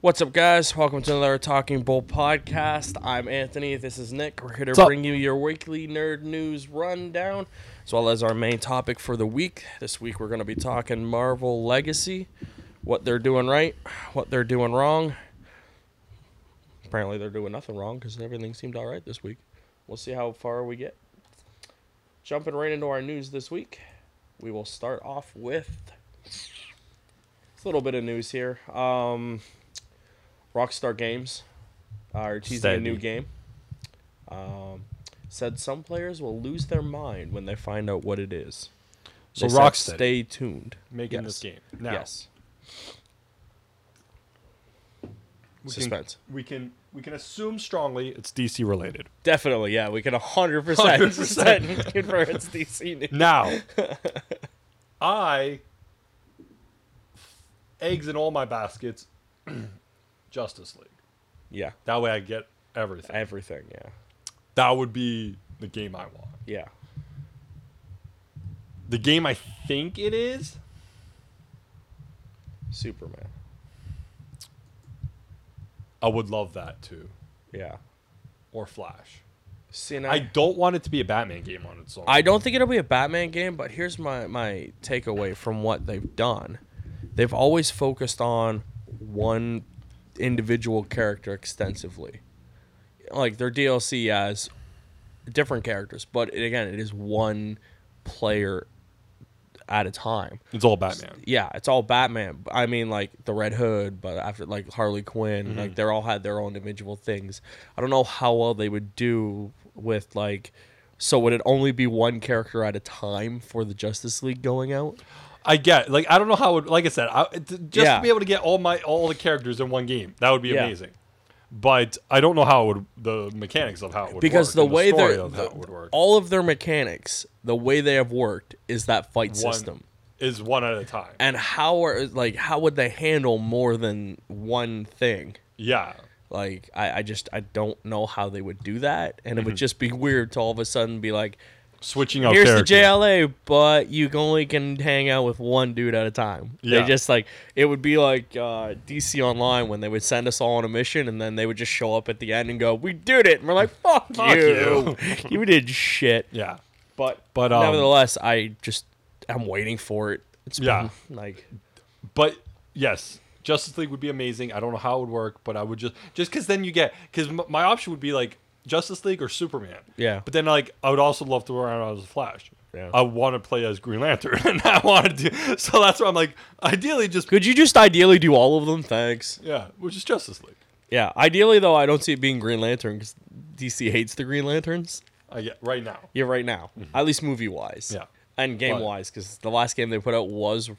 What's up, guys? Welcome to another Talking Bull podcast. I'm Anthony. This is Nick. We're here to What's up? bring you your weekly nerd news rundown, as well as our main topic for the week. This week, we're going to be talking Marvel Legacy, what they're doing right, what they're doing wrong. Apparently, they're doing nothing wrong because everything seemed all right this week. We'll see how far we get. Jumping right into our news this week, we will start off with a little bit of news here. Um, Rockstar Games are teasing a new Steady. game. Um, said some players will lose their mind when they find out what it is. So They said Rocksteady. stay tuned. making Yes. this game. Now, Yes, we suspense. Can, we can we can assume strongly it's DC related. Definitely, yeah. We can 100%, 100%. confirm it's DC news. Now, I eggs in all my baskets. Justice League. Yeah, That way I get everything. everything, yeah. that would be the game I want. Yeah. The game I think it is. Superman. I would love that too, Yeah. or Flash. See, now, I I, don't want it to be a Batman game on its own. I don't think it'll be a Batman game, but here's my, my takeaway from what they've done. They've always focused on one individual character extensively. Like their DLC as different characters, but it- again, it is one player at a time. it's all Batman. yeah, it's all Batman. I mean, like the Red Hood, but after like Harley Quinn, like they're all had their own individual things. I don't know how well they would do with like. So would it only be one character at a time for the Justice League going out? I get like I don't know how it, like I said I, t- just Yeah. to be able to get all my all the characters in one game that would be Yeah. amazing. But I don't know how it would the mechanics of how it would Because work the and way story they're of how it would work all of their mechanics, the way they have worked is that fight one, system. is one at a time. And how are like how would they handle more than one thing? yeah, Like I, I just I don't know how they would do that, and it would just be weird to all of a sudden be like, switching out here's characters. the JLA, but you can only can hang out with one dude at a time. Yeah. They just like it would be like uh, DC Online when they would send us all on a mission, and then they would just show up at the end and go, "We did it!" And we're like, "Fuck, Fuck you, you did shit." Yeah, But But, um, nevertheless, I just I'm waiting for it. It's Yeah. been, like but yes, Justice League would be amazing. I don't know how it would work, but I would just just because then you get because m- my option would be like Justice League or Superman. Yeah. But then like I would also love to run around as Flash. Yeah. I want to play as Green Lantern, and I want to do so. That's why I'm like ideally just could you just ideally do all of them? Thanks. yeah, which is Justice League. Yeah, ideally though, I don't see it being Green Lantern because DC hates the Green Lanterns. I get right now. Yeah, right now. At least movie wise. Mm-hmm. Yeah. And game But- wise, because the last game they put out was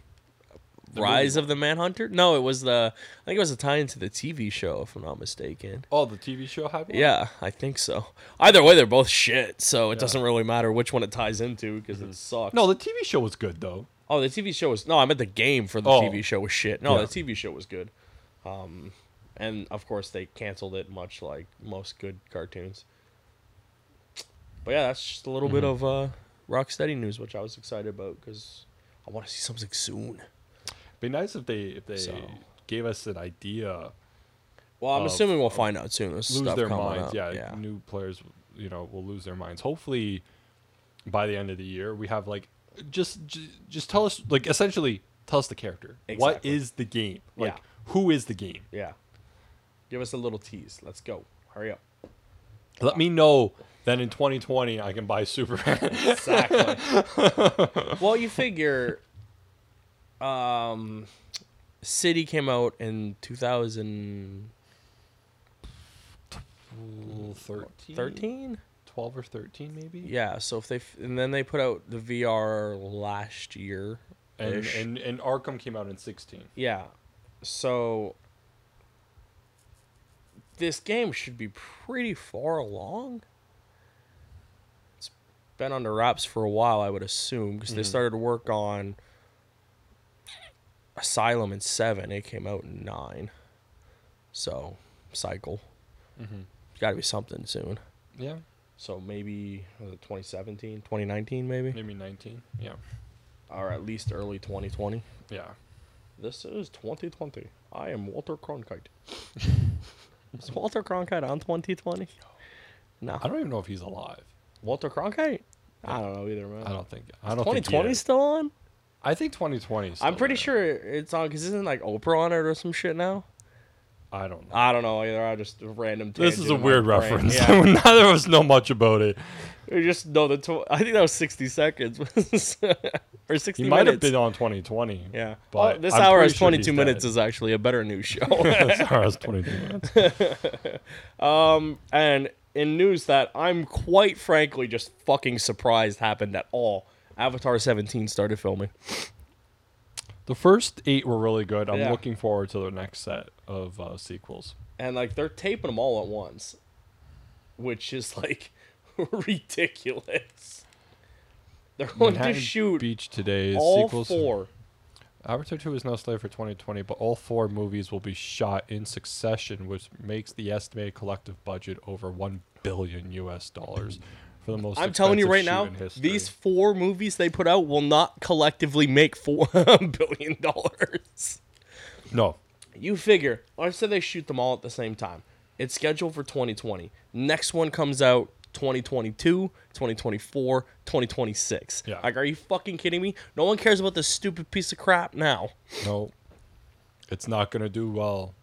Rise of the Manhunter. No, it was the I think it was a tie into the TV show, if I'm not mistaken. Oh, the TV show had one. Yeah, I think so. Either way, they're both shit, so it doesn't really matter which one it ties into because it sucks. Mm-hmm. No, the TV show was good though. oh, the TV show was no. I meant the game for the Oh. TV show was shit. No, Yeah. the TV show was good. Um, and of course they canceled it, much like most good cartoons. But yeah, that's just a little bit Mm-hmm. of uh, Rocksteady news, which I was excited about because I want to see something soon. Be nice if they if they So. gave us an idea. Well, I'm Of- assuming we'll find out soon. There's Lose stuff their coming minds. up. Yeah, yeah. new players, you know, will lose their minds. Hopefully, by the end of the year, we have like just j- just tell us like essentially tell us the character. What Exactly. is the game? Like Yeah. who is the game? Yeah. Give us a little tease. Let's go. Hurry up. Let me know. Then in 2020, I can buy Superman. Exactly. well, you figure, um, City came out in 2013. 13, 12 or 13 maybe. Yeah. So if they f- and then they put out the VR last year. And, and and Arkham came out in 16. yeah. So this game should be pretty far along. It's been under wraps for a while, I would assume, because they started work on Asylum in seven. It came out in nine. So cycle. Got to be something soon. Yeah. So maybe was it 2017, 2019 maybe, Maybe 19. Yeah. or at least early 2020. Yeah. This is 2020. I am Walter Cronkite. is Walter Cronkite on 2020? No. I don't even know if he's alive. Walter Cronkite? I don't know either, man. I don't think. I don't. think he 2020 is. still on? I think 2020. is I'm still pretty there. sure it's on because isn't like Oprah on it or some shit now? I don't know. I don't know either. I just random. This tangent is a in my weird brain. reference. Yeah. Neither of us know much about it. We just no the. Tw- I think that was 60 seconds or 60 He might have minutes. been on 2020. yeah. but oh, this I'm hour pretty is sure 22 he's minutes dead. is actually a better news show. Sorry, I was 22 minutes. Um, and in news that I'm quite frankly just fucking surprised happened at all. Avatar 17 started filming. The first eight were really good. I'm Yeah. looking forward to the next set of uh, sequels. And like they're taping them all at once, which is like ridiculous. They're going to Manhattan shoot Beach today's all sequels. four. Avatar 2 is now slated for 2020, but all four movies will be shot in succession, which makes the estimated collective budget over 1 billion US dollars for the most I'm telling you right expensive now, shoot in history. these four movies they put out will not collectively make four billion dollars. No. You figure, let's say they shoot them all at the same time. It's scheduled for 2020. Next one comes out 2022, 2024, 2026. Yeah. Like, are you fucking kidding me? No one cares about this stupid piece of crap now. No. It's not going to do well.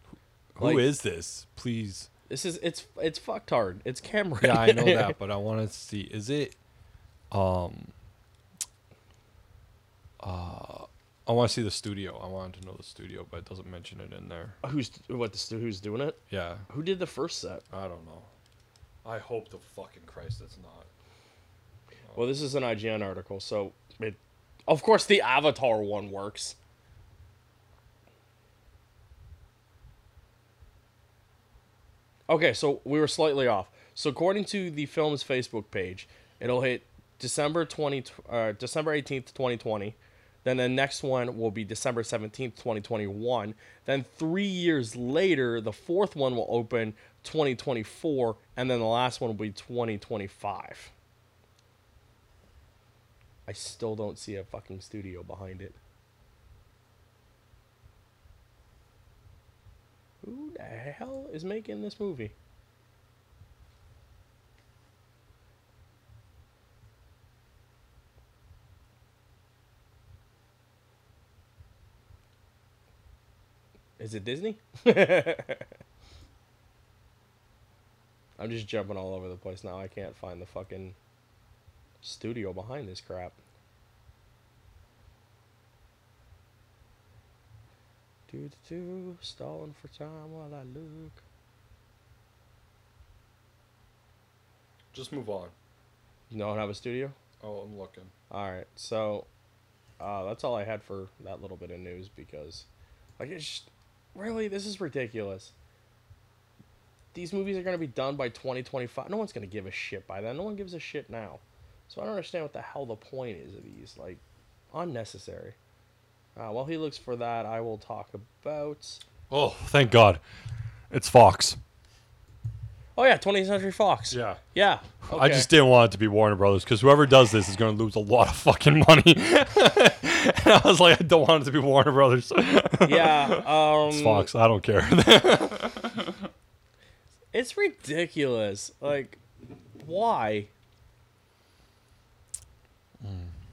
Who is Like- this? Please. This is it's it's fucked hard. It's Cameron. Yeah, I know that, but I want to see is it um uh I want to see the studio. I wanted to know the studio, but it doesn't mention it in there. who's what the stu- who's doing it? Yeah. Who did the first set? I don't know. I hope the fucking Christ it's not. Well, this is an IGN article, so it of course the Avatar one works. Okay, so we were slightly off. So according to the film's Facebook page, it'll hit December 20 uh, December 18th, 2020. Then the next one will be December 17th, 2021. Then 3 years later, the fourth one will open 2024 and then the last one will be 2025. I still don't see a fucking studio behind it. Who the hell is making this movie? Is it Disney? I'm just jumping all over the place now. I can't find the fucking studio behind this crap. Do do do, stalling for time while I look. Just move on. You don't have a studio? Oh, I'm looking. All right, so uh, that's all I had for that little bit of news because, like, it's just, really this is ridiculous. These movies are gonna be done by twenty twenty five. No one's gonna give a shit by then. No one gives a shit now. So I don't understand what the hell the point is of these. Like, unnecessary. Uh, while he looks for that, I will talk about. Oh, thank God. It's Fox. Oh yeah, 20th Century Fox. Yeah. Yeah. Okay. I just didn't want it to be Warner Brothers because whoever does this is going to lose a lot of fucking money. and I was like, I don't want it to be Warner Brothers. yeah. Um, it's Fox. I don't care. It's ridiculous. Like, why?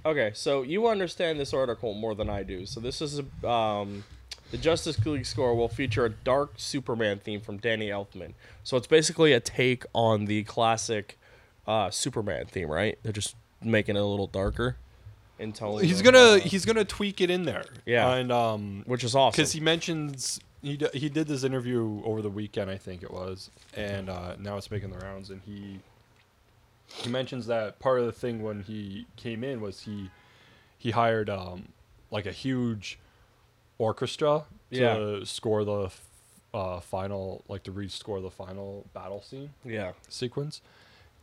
Okay, so you understand this article more than I do. So this is a, um, the Justice League score will feature a dark Superman theme from Danny Elfman. So it's basically a take on the classic uh, Superman theme, right? They're just making it a little darker in tone. he's and, gonna uh, he's gonna tweak it in there. Yeah. And um, which is awesome. because he mentions he d- he did this interview over the weekend, I think it was, and uh, now it's making the rounds. And he he mentions that part of the thing when he came in was he he hired um like a huge orchestra to Yeah. score the uh, final like to rescore the final battle scene yeah, sequence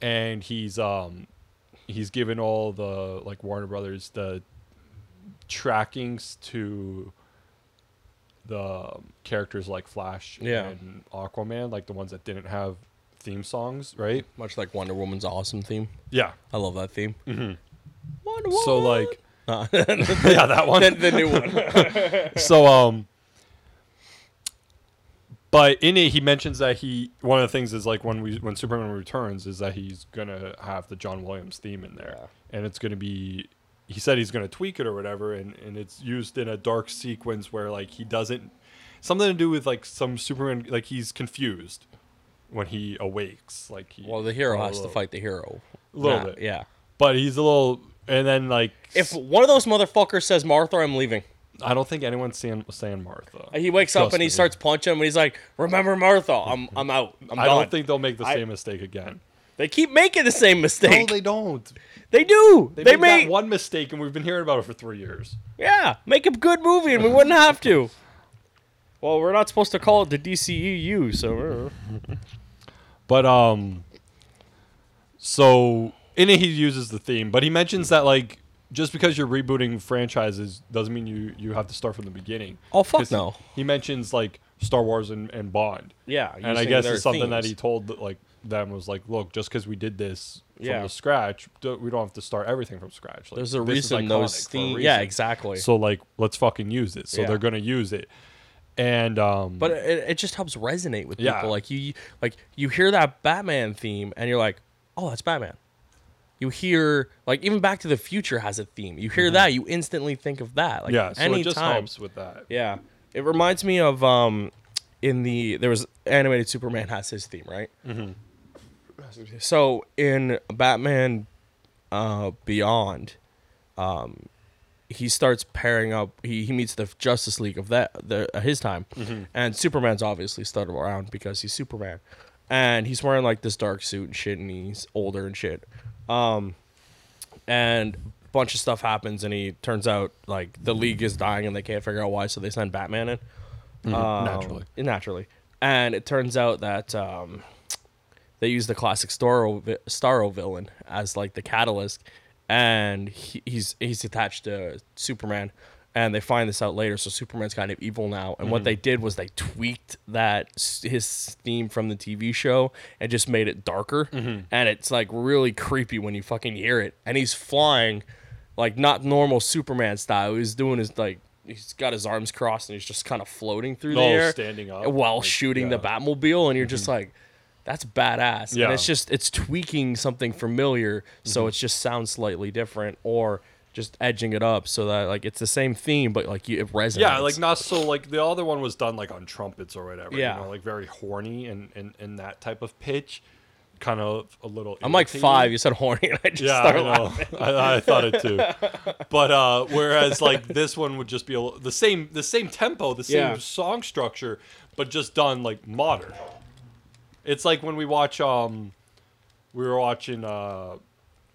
and he's um he's given all the like warner brothers the trackings to the um, characters like flash Yeah. and aquaman like the ones that didn't have theme songs right much like Wonder Woman's awesome theme. yeah I love that theme. Mm-hmm. Wonder so Woman! like Uh, yeah, that one. the, the new one. so um but in it he mentions that he one of the things is like when we when superman returns is that he's gonna have the john williams theme in there Yeah. and it's gonna be he said he's gonna tweak it or whatever and and it's used in a dark sequence where like he doesn't something to do with like some superman like he's confused when he awakes like he, Well, the hero a has to little- fight the hero. little Nah, bit Yeah. but he's a little and then like If one of those motherfuckers says Martha, I'm leaving. i don't think anyone's saying, saying martha He wakes up Trust and he me. starts punching him and he's like, Remember Martha, I'm I'm out. I'm i done. don't think they'll make the I- same mistake again they keep making the same mistake. No, they, they don't. do. They, They, made, make that one mistake, and we've been hearing about it for three years. Yeah. Make a good movie and we wouldn't have to. Well, we're not supposed to call it the DCEU, so we're- But um, so in it he uses the theme, but he mentions that like just because you're rebooting franchises doesn't mean you you have to start from the beginning. Oh, fuck 'Cause he- no. He, mentions like Star Wars and, and Bond, yeah. and I using guess their it's something that he themes. told like them was like, look, just because we did this from Yeah. the scratch, do, we don't have to start everything from scratch. Like, There's a this is reason iconic those for a themes. reason. Yeah, exactly. So like, let's fucking use it. So Yeah. they're gonna use it, and um, But it, it just helps resonate with Yeah. people. Like you, like you hear that Batman theme, and you're like, "Oh, that's Batman." You hear like even Back to the Future has a theme. You hear that, you instantly think of that. Like Mm-hmm. yeah, so anytime. it just helps with that. Yeah, it reminds me of um, in the there was animated Superman has his theme, right? Mm-hmm. So in Batman uh, Beyond, um, he starts pairing up. He, he meets the Justice League of that the uh, his time, and Superman's obviously still around because he's Superman, and he's wearing like this dark suit and shit, and he's older and shit Um, and a bunch of stuff happens and he turns out like the league is dying and they can't figure out why so they send batman in Um, naturally. naturally and it turns out that um, they use the classic starro, vi- starro villain as like the catalyst and he, he's he's attached to superman and they find this out later so superman's kind of evil now and Mm-hmm. what they did was they tweaked that s- his theme from the tv show and just made it darker Mm-hmm. and it's like really creepy when you fucking hear it and he's flying like not normal superman style he's doing his like he's got his arms crossed and he's just kind of floating through the No, air Oh, standing up, while like, shooting the yeah. Mm-hmm. Batmobile, and you're just like, that's badass. Yeah. Mm-hmm. And it's just it's tweaking something familiar, so it just sounds slightly different, or just edging it up so that like it's the same theme, but like you, it resonates. Yeah, like not so like the other one was done like on trumpets or whatever. Yeah. you know, like very horny and and and that type of pitch, kind of a little. I'm like irritating. five. You said horny, and I just Yeah, I started know. laughing. I, I thought it too. But uh, whereas like this one would just be a, li- the same, the same tempo, the same Yeah. song structure, but just done like modern. It's like when we watch um, we were watching uh,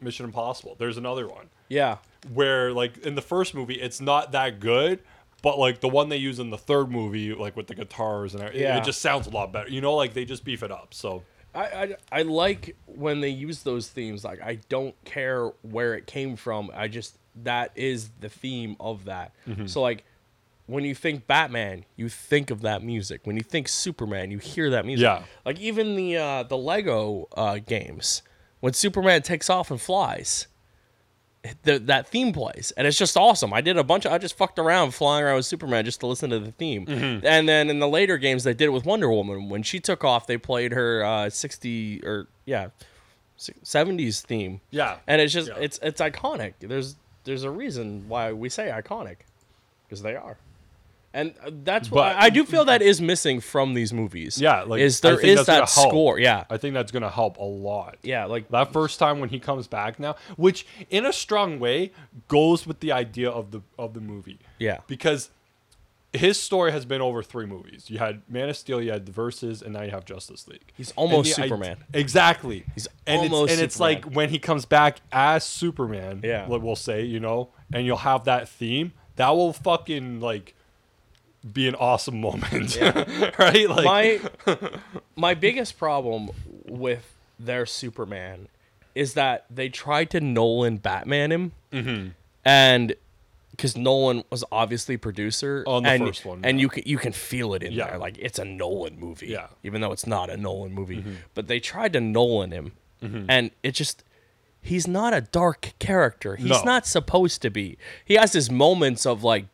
Mission Impossible. There's another one Yeah, where like in the first movie it's not that good but like the one they use in the third movie like with the guitars and everything, Yeah. it just sounds a lot better you know like they just beef it up so I, I I like when they use those themes. Like I don't care where it came from. I just that is the theme of that. So like when you think Batman, you think of that music. When you think Superman, you hear that music. Yeah. Like even the uh, the Lego uh, games, when Superman takes off and flies, the, that theme plays, and it's just awesome. I did a bunch of I just fucked around flying around with Superman just to listen to the theme, Mm-hmm. and then in the later games they did it with Wonder Woman when she took off. They played her uh, sixty or yeah, seventies theme. Yeah. and it's just Yeah. it's it's iconic. There's there's a reason why we say iconic, because they are. And uh, that's what But- I I do feel that is missing from these movies. yeah like is I there think is that's gonna that help. score? Yeah, i think that's gonna help a lot yeah, like that first time when he comes back now which in a strong way goes with the idea of the of the movie yeah, because his story has been over three movies you had man of steel you had the verses and now you have justice league he's almost And the id- Superman. exactly. He's almost it's, and it's Superman. like when he comes back as Superman, Yeah. like we'll say, you know, and you'll have that theme. That will fucking like be an awesome moment. right? Like my my biggest problem with their Superman is that they tried to Nolan Batman him, Mm-hmm. and because Nolan was obviously producer On the and, first one, and you can you can feel it in Yeah. there, like it's a Nolan movie, Yeah. Mm-hmm. even though it's not a Nolan movie. But they tried to Nolan him, and it just he's not a dark character. He's No. not supposed to be. He has his moments of like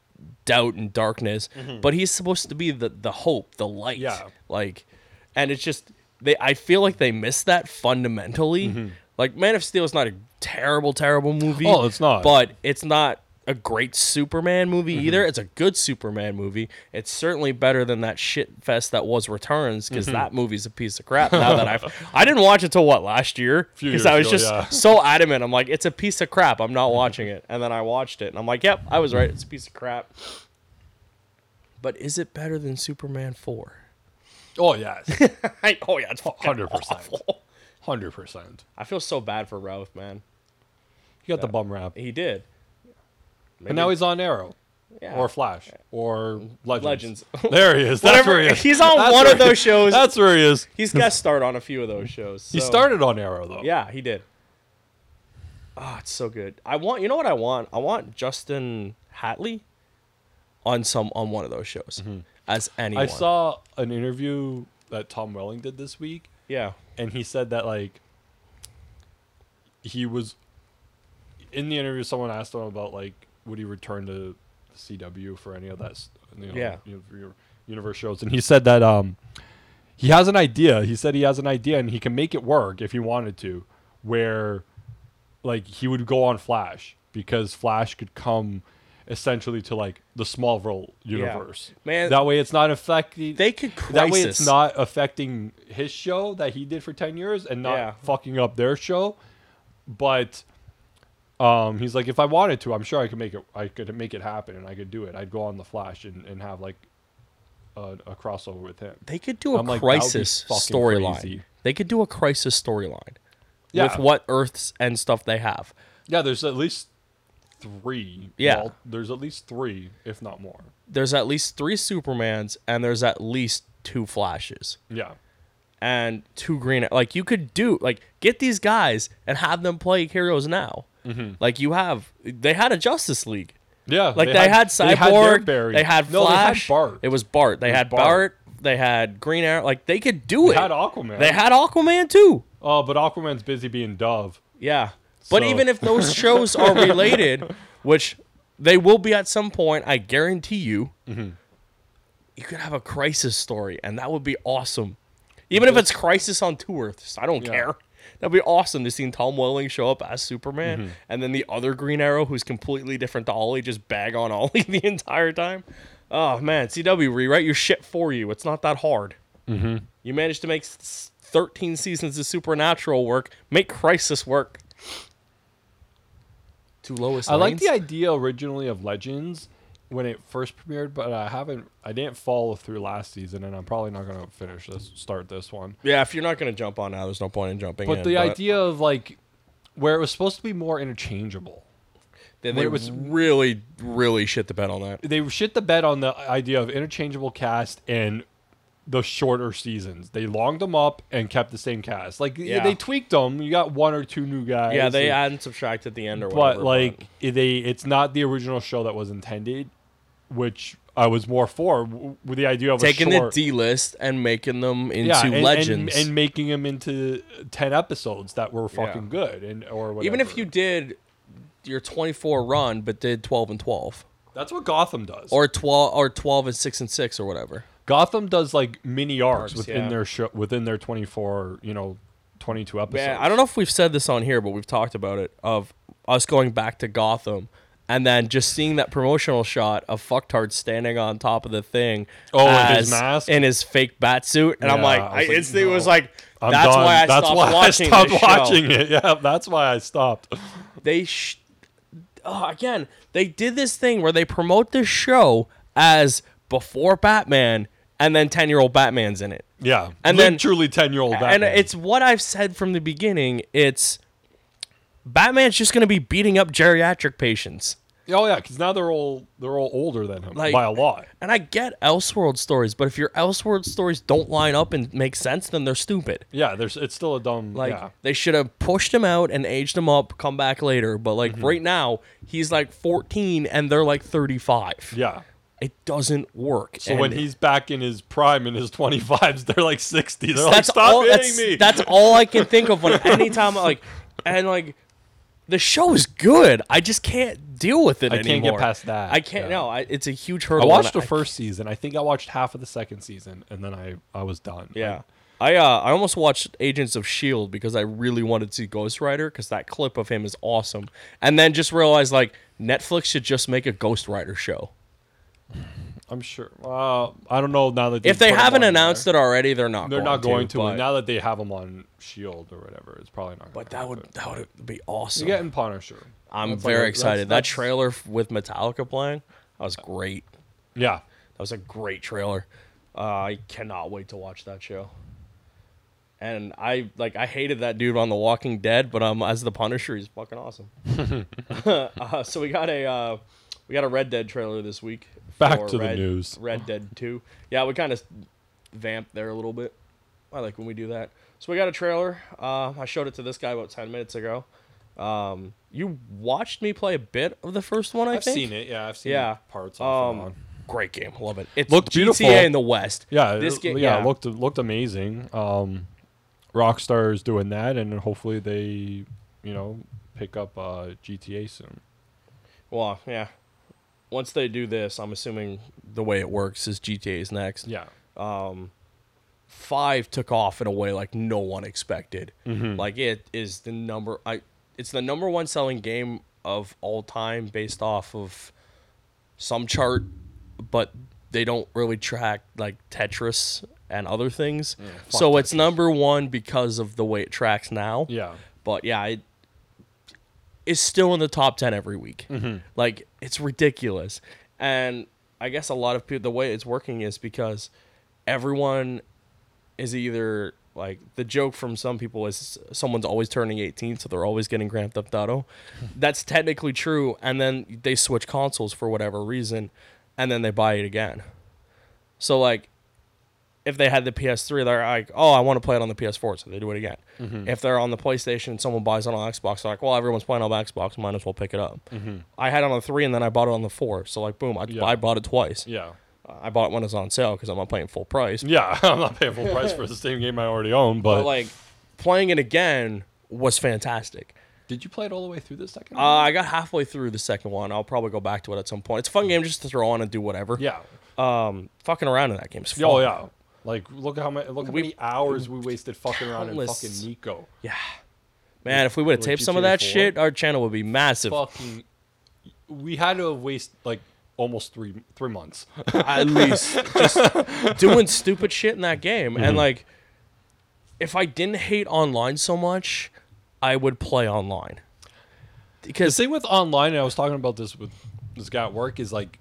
doubt and darkness, Mm-hmm. but he's supposed to be the the hope, the light. Yeah. Like and it's just they I feel like they missed that fundamentally. Like Man of Steel is not a terrible terrible movie. Mm-hmm. Oh, it's not. Mm-hmm. But it's not a great Superman movie either. It's a good Superman movie. It's certainly better than that shit fest that was Returns because Mm-hmm. that movie's a piece of crap. Now that I've, I didn't watch it till what last year Few because years I was ago, just yeah. so adamant. I'm like, it's a piece of crap. I'm not watching it. And then I watched it and I'm like, yep, I was right. It's a piece of crap. But is it better than Superman four? Oh yes, I, oh yeah, it's hundred hundred percent. percent, hundred percent. I feel so bad for Ralph, man. He got the bum rap, He did. but now he's on Arrow, Yeah. or Flash, or Legends. Legends. There he is. That's Whatever. where he is. He's on That's one where of he- those shows. That's where he is. He's guest starred on a few of those shows. He so- started on Arrow though. Yeah, he did. Oh, it's so good. I want. You know what I want? I want Justin Hatley on some on one of those shows as anyone. Mm-hmm. I saw an interview that Tom Welling did this week, Yeah. and he said that like he was in the interview. Someone asked him about like would he return to CW for any of that, s- you know, Yeah. u- u- universe shows, and he said that um he has an idea. He said he has an idea, and he can make it work if he wanted to, where like he would go on Flash because Flash could come essentially to like the Smallville universe. Man- that way it's not affecting They could that way it's crisis. not affecting his show that he did for 10 years and not Yeah. fucking up their show but um, he's like if i wanted to i'm sure i could make it i could make it happen and i could do it i'd go on the flash and, and have like a, a crossover with him They could do a I'm like, that would be crisis fucking storyline. crazy. They could do a crisis storyline Yeah. with what Earths and stuff they have. yeah there's at least three Yeah. Well, there's at least three if not more There's at least three Supermans and there's at least two Flashes. yeah and two green like you could do like get these guys and have them play heroes now like you have they had a justice league yeah like they, had, Mm-hmm. they had their cyborg they had, Barry. no, flash they had bart it was bart they had Bart. bart. they had green arrow like they could do they it had aquaman they had aquaman too oh but aquaman's busy being dove yeah but So- even if those shows are related which they will be at some point i guarantee you Mm-hmm. you could have a crisis story and that would be awesome even if it's crisis on two earths i don't Yeah. care that'd be awesome to see tom welling show up as superman Mm-hmm. and then the other green arrow who's completely different to ollie just bag on ollie the entire time oh man cw rewrite your shit for you it's not that hard mm-hmm. you managed to make s- 13 seasons of supernatural work make crisis work to lowest I like the idea originally of Legends when it first premiered, but I haven't. I didn't follow through last season, and I'm probably not gonna finish this. Start this one. yeah if you're not going to jump on now there's no point in jumping But in, the idea of like where it was supposed to be more interchangeable. they, where they it was- really really shit the bed on that They shit the bed on the idea of interchangeable cast and the shorter seasons. They longed them up and kept the same cast. Like yeah, Yeah. they tweaked them. You got one or two new guys. Yeah, they and- add and subtract at the end or whatever. but like they it's not the original show that was intended which i was more for w- with the idea of taking a the short, D list and making them into yeah, and, and- legends. and, making them into 10 episodes that were fucking Yeah. good and or whatever. Even if you did your 24 run, but did 12 and 12, that's what gotham does or or 12 or 12 and 6 and 6 or whatever. gotham does like mini arcs Arcs, within yeah. their show within their 24 you know 22 episodes Yeah, I don't know if we've said this on here, but we've talked about it of us going back to Gotham and then just seeing that promotional shot of Fucktard standing on top of the thing. Oh, with as- his mask? in his fake bat suit, and I'm Yeah, like, I I, was like, instantly was no. like, I'm that's done. why I that's stopped why watching. I stopped this show. watching it. Yeah, that's why I stopped. they sh- oh, again they did this thing where they promote this show as before Batman and then 10 year old Batman's in it. Yeah, And then- truly ten year old. And it's what I've said from the beginning. It's Batman's just going to be beating up geriatric patients. oh yeah, because now they're all they're all older than him Like- by a lot. And I get Elseworld stories, but if your Elseworld stories don't line up and make sense, then they're stupid. Yeah, there's it's still a dumb Like yeah. they should have pushed him out and aged him up, come back later. But like Mm-hmm. right now, he's like 14 and they're like 35. Yeah. it doesn't work. So when he's back in his prime in his 25s, they're like 60. They're like, that's stop all hitting that's, me. that's all I can think of when anytime like and like the show is good. I just can't deal with it I anymore. can't get past that. I can't. yeah. No, I, it's a huge I hurdle. watched and the first season. I think I watched half of the second season, and then I I was done. Yeah. I, uh, I almost watched Agents of S.H.I.E.L.D. because I really wanted to see Ghost Rider because that clip of him is awesome. And then just realized, like, Netflix should just make a Ghost Rider show. I'm sure. Well, I don't know now that If they put 'em haven't on announced there. it already, they're not they're going not going to. but, now that they have them on Shield E or whatever, it's probably not. but gonna that would happen. that would be You're awesome. getting Punisher. I'm That's like- very that's- excited. that's- that trailer f- with Metallica playing, that was great. Yeah, That was a great trailer. Uh, I cannot wait to watch that show. And I like I hated that dude on The Walking Dead, but um, as the Punisher, he's fucking awesome. uh, so we got a uh, we got a Red Dead trailer this week. Back for to the Red- news. Red Dead Two. Yeah, we kind of vamped there a little bit. I like when we do that. So we got a trailer. Uh, I showed it to this guy about ten minutes ago. Um, you watched me play a bit of the first one. I I've think seen it. Yeah, I've seen Yeah. parts. off and um, on. great game. Love it. It's Looked GTA beautiful. in the West. Yeah, this it, game. yeah, Yeah, it looked it looked amazing. Um, Rockstar is doing that, and hopefully they, you know, pick up uh, GTA soon. Well, yeah. Once they do this, I'm assuming the way it works is GTA's next. Yeah, Five took off in a way like no one expected. Mm-hmm. Like it is the number. I. It's the number one selling game of all time based off of some chart, but they don't really track like Tetris and other things. fuck so it's number one because of the way it tracks now. yeah, but yeah, it is still in the top ten every week. Like it's ridiculous, and I guess a lot of people the way it's working is because everyone is either like the joke from some people is someone's always turning 18 so they're always getting grand theft auto that's technically true and then they switch consoles for whatever reason and then they buy it again so like if they had the PS3, they're like, oh, I want to play it on the PS4, so they do it again. Mm-hmm. If they're on the PlayStation and someone buys it on Xbox, they're like, well, everyone's playing on Xbox, might as well pick it up. I had it on the three and then I bought it on the four, so like, boom, I, Mm-hmm. Yeah. I bought it twice. yeah, I bought it when it was on sale because I'm not playing full price. yeah. I'm not paying full price for the same game I already own, but, But like, playing it again was fantastic. did you play it all the way through the second? Uh, I got halfway through the second one. I'll probably go back to it at some point. It's a fun game just to throw on and do whatever. Mm. yeah, Um, fucking around in that game is fun. oh yeah. Like look how many look how We- many hours we wasted fucking around in Countless. fucking Nico. Yeah. Man, if we would have With taped some of GTA that 4. shit, our channel would be massive. Fucking, we had to have wasted like almost three three months. at least just doing stupid shit in that game Mm-hmm. and like if i didn't hate online so much i would play online because The thing with online, and I was talking about this with this guy at work, is like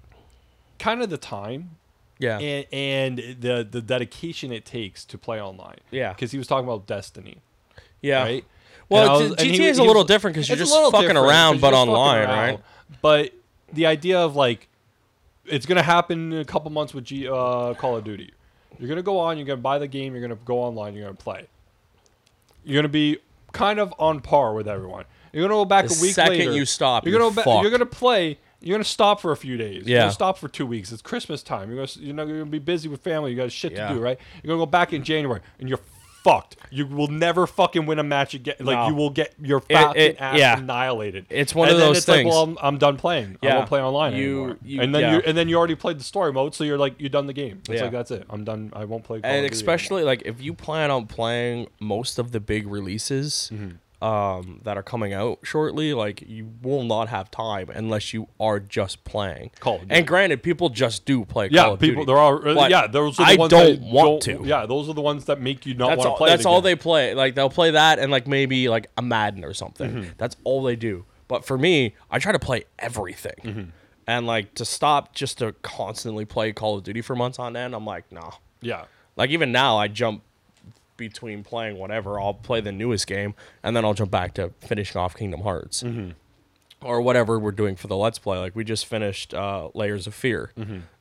kind of the time yeah and, and the the dedication it takes to play online. Yeah. because he was talking about Destiny, yeah right? Well, And I it's- was- and he GTA is was- a little he was- different 'cause you're it's a just little fucking different around, 'cause but you're just fucking online, around. right? But the idea of like it's gonna happen in a couple months with G, uh, Call of Duty. You're gonna go on. You're gonna buy the game. You're gonna go online. You're gonna play. You're gonna be kind of on par with everyone. You're gonna go back The a week second later. you stop, you're gonna you're ba- you're fucked. gonna play. You're gonna stop for a few days. You're Yeah. gonna stop for two weeks. It's Christmas time. You're gonna s- you know you're gonna be busy with family. You got shit Yeah. to do, right? You're gonna go back in January and you're fucked. You will never fucking win a match again. Like No. you will get your fucking it- ass yeah. annihilated. It's one of And then those it's things. Like, well, I'm, I'm done playing. I Yeah. won't play online You- anymore. you- and then yeah. you and then you already played the story mode, so you're like you're done the game. It's Yeah. like that's it. I'm done. I won't play. Call and of Duty anymore. especially like if you plan on playing most of the big releases Mm-hmm. um, that are coming out shortly like you will not have time unless you are just playing Call of Duty. and granted people just do play Yeah, Call of people. Duty. There are. uh, But yeah, those are the I ones don't that want to. Yeah, those are the ones that make you not That's want all. to play. That's the all game. they play. Like they'll play that and like maybe like a Madden or something. That's all they do. But for me, I try to play everything, and like to stop just to constantly play Call of Duty for months on end. I'm like, nah. Yeah, Like even now, I jump between playing whatever. I'll play the newest game, and then I'll jump back to finishing off Kingdom Hearts or whatever we're doing for the Let's Play. Like we just finished uh, Layers of Fear,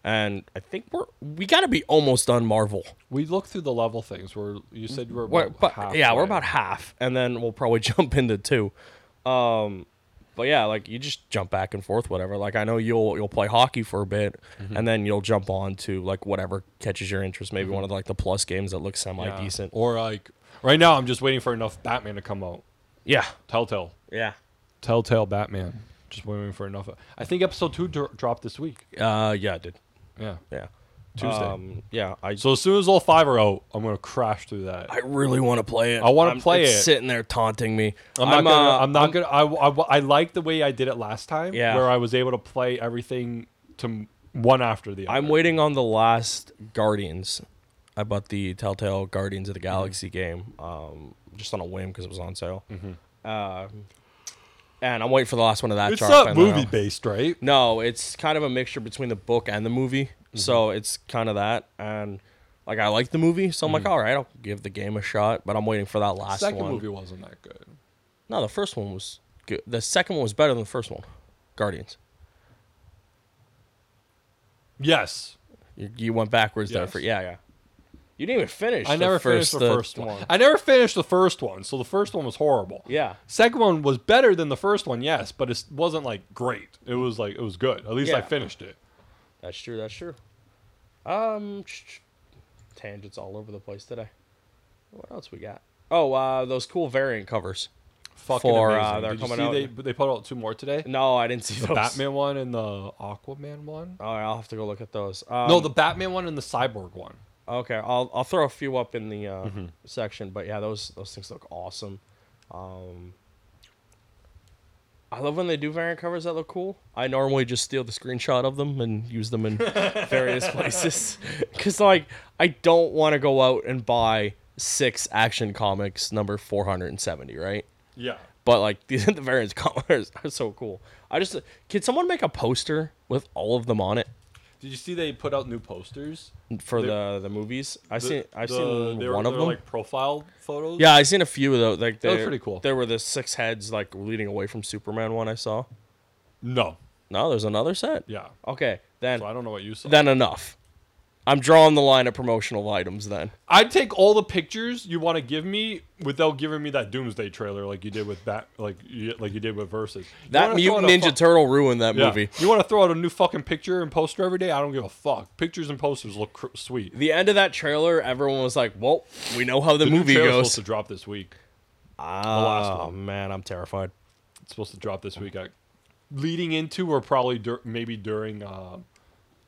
and I think we're we got to be almost done Marvel. we look through the level things. Where you said you were We're, about but yeah, we're halfway. about half, and then we'll probably jump into two. Um, but yeah, like you just jump back and forth, whatever. Like I know you'll you'll play hockey for a bit, and then you'll jump on to like whatever catches your interest. Maybe one of like the plus games that looks semi Yeah. decent. Or like right now, I'm just waiting for enough Batman to come out. Yeah, Telltale. yeah. Telltale Batman. Just waiting for enough. I think episode two dro- dropped this week. Uh, yeah, I did. Yeah, Yeah. Tuesday. Um, yeah, I so as soon as all five are out, I'm gonna crash through that. I really want to play it. I wanna I'm- play it's it. Sitting there taunting me. I'm not gonna. uh, I'm not gonna. I, I, I like the way I did it last time, Yeah. where I was able to play everything to m- one after the other. I'm waiting on the last Guardians. I bought the Telltale Guardians of the Mm-hmm. Galaxy game um, just on a whim because it was on sale. Mm-hmm. Uh, and I'm waiting for the last one of that. it's drop, not and then movie I'll- based, right? No, it's kind of a mixture between the book and the movie. Mm-hmm. So it's kind of that. And like I like the movie, so I'm like, all right, I'll give the game a shot. But I'm waiting for that The last Mm-hmm. second one. movie wasn't that good. No, the first one was good. The second one was better than the first one. Guardians. Yes, You, you went backwards there Yes. for yeah, yeah. You didn't even finish. I the never first, uh, finished the first one. I never finished the first one, so the first one was horrible. Yeah. Second one was better than the first one, yes, but it wasn't like great. It was like it was good. At least I Yeah. finished it. That's true. That's true. Um, sh- sh- tangents all over the place today. What else we got? Oh, uh, those cool variant covers. Fucking For, uh, amazing. they're Did you coming see out- They they put out two more today. No, I didn't see The those. Batman one and the Aquaman one. All right, I'll have to go look at those. Um, no, the Batman one and the Cyborg one. okay. I'll I'll throw a few up in the uh, Mm-hmm. section, but yeah, those those things look awesome. Um, I love when they do variant covers that look cool. I normally just steal the screenshot of them and use them in various places because like I don't want to go out and buy six action comics number four hundred and seventy, right? Yeah. But like the, the variants covers are so cool. I just can someone make a poster with all of them on it Did you see they put out new posters? for They- the the movies. I The- seen I've the- seen they were- one they of were, them. like profile photos. yeah, I seen a few of those. Like That was there- pretty cool. There were the six heads like leading away from Superman one I saw. No. No, there's another set. Yeah. Okay, then So I don't know what you saw. then enough. I'm drawing the line of promotional items then. I'd take all the pictures you want to give me without giving me that Doomsday trailer like you did with Bat, like you, like you did with Versus. You That wanna throw Mutant out a Ninja fu- Turtle ruined that Yeah. movie. You want to throw out a new fucking picture and poster every day? I don't give a fuck. Pictures and posters look cr- sweet. The end of that trailer, everyone was like, "Well, we know how the, The new movie trailer's goes." supposed to drop this week. last Oh one. man, I'm terrified. It's supposed to drop this week. I, leading into or probably dur- maybe during uh,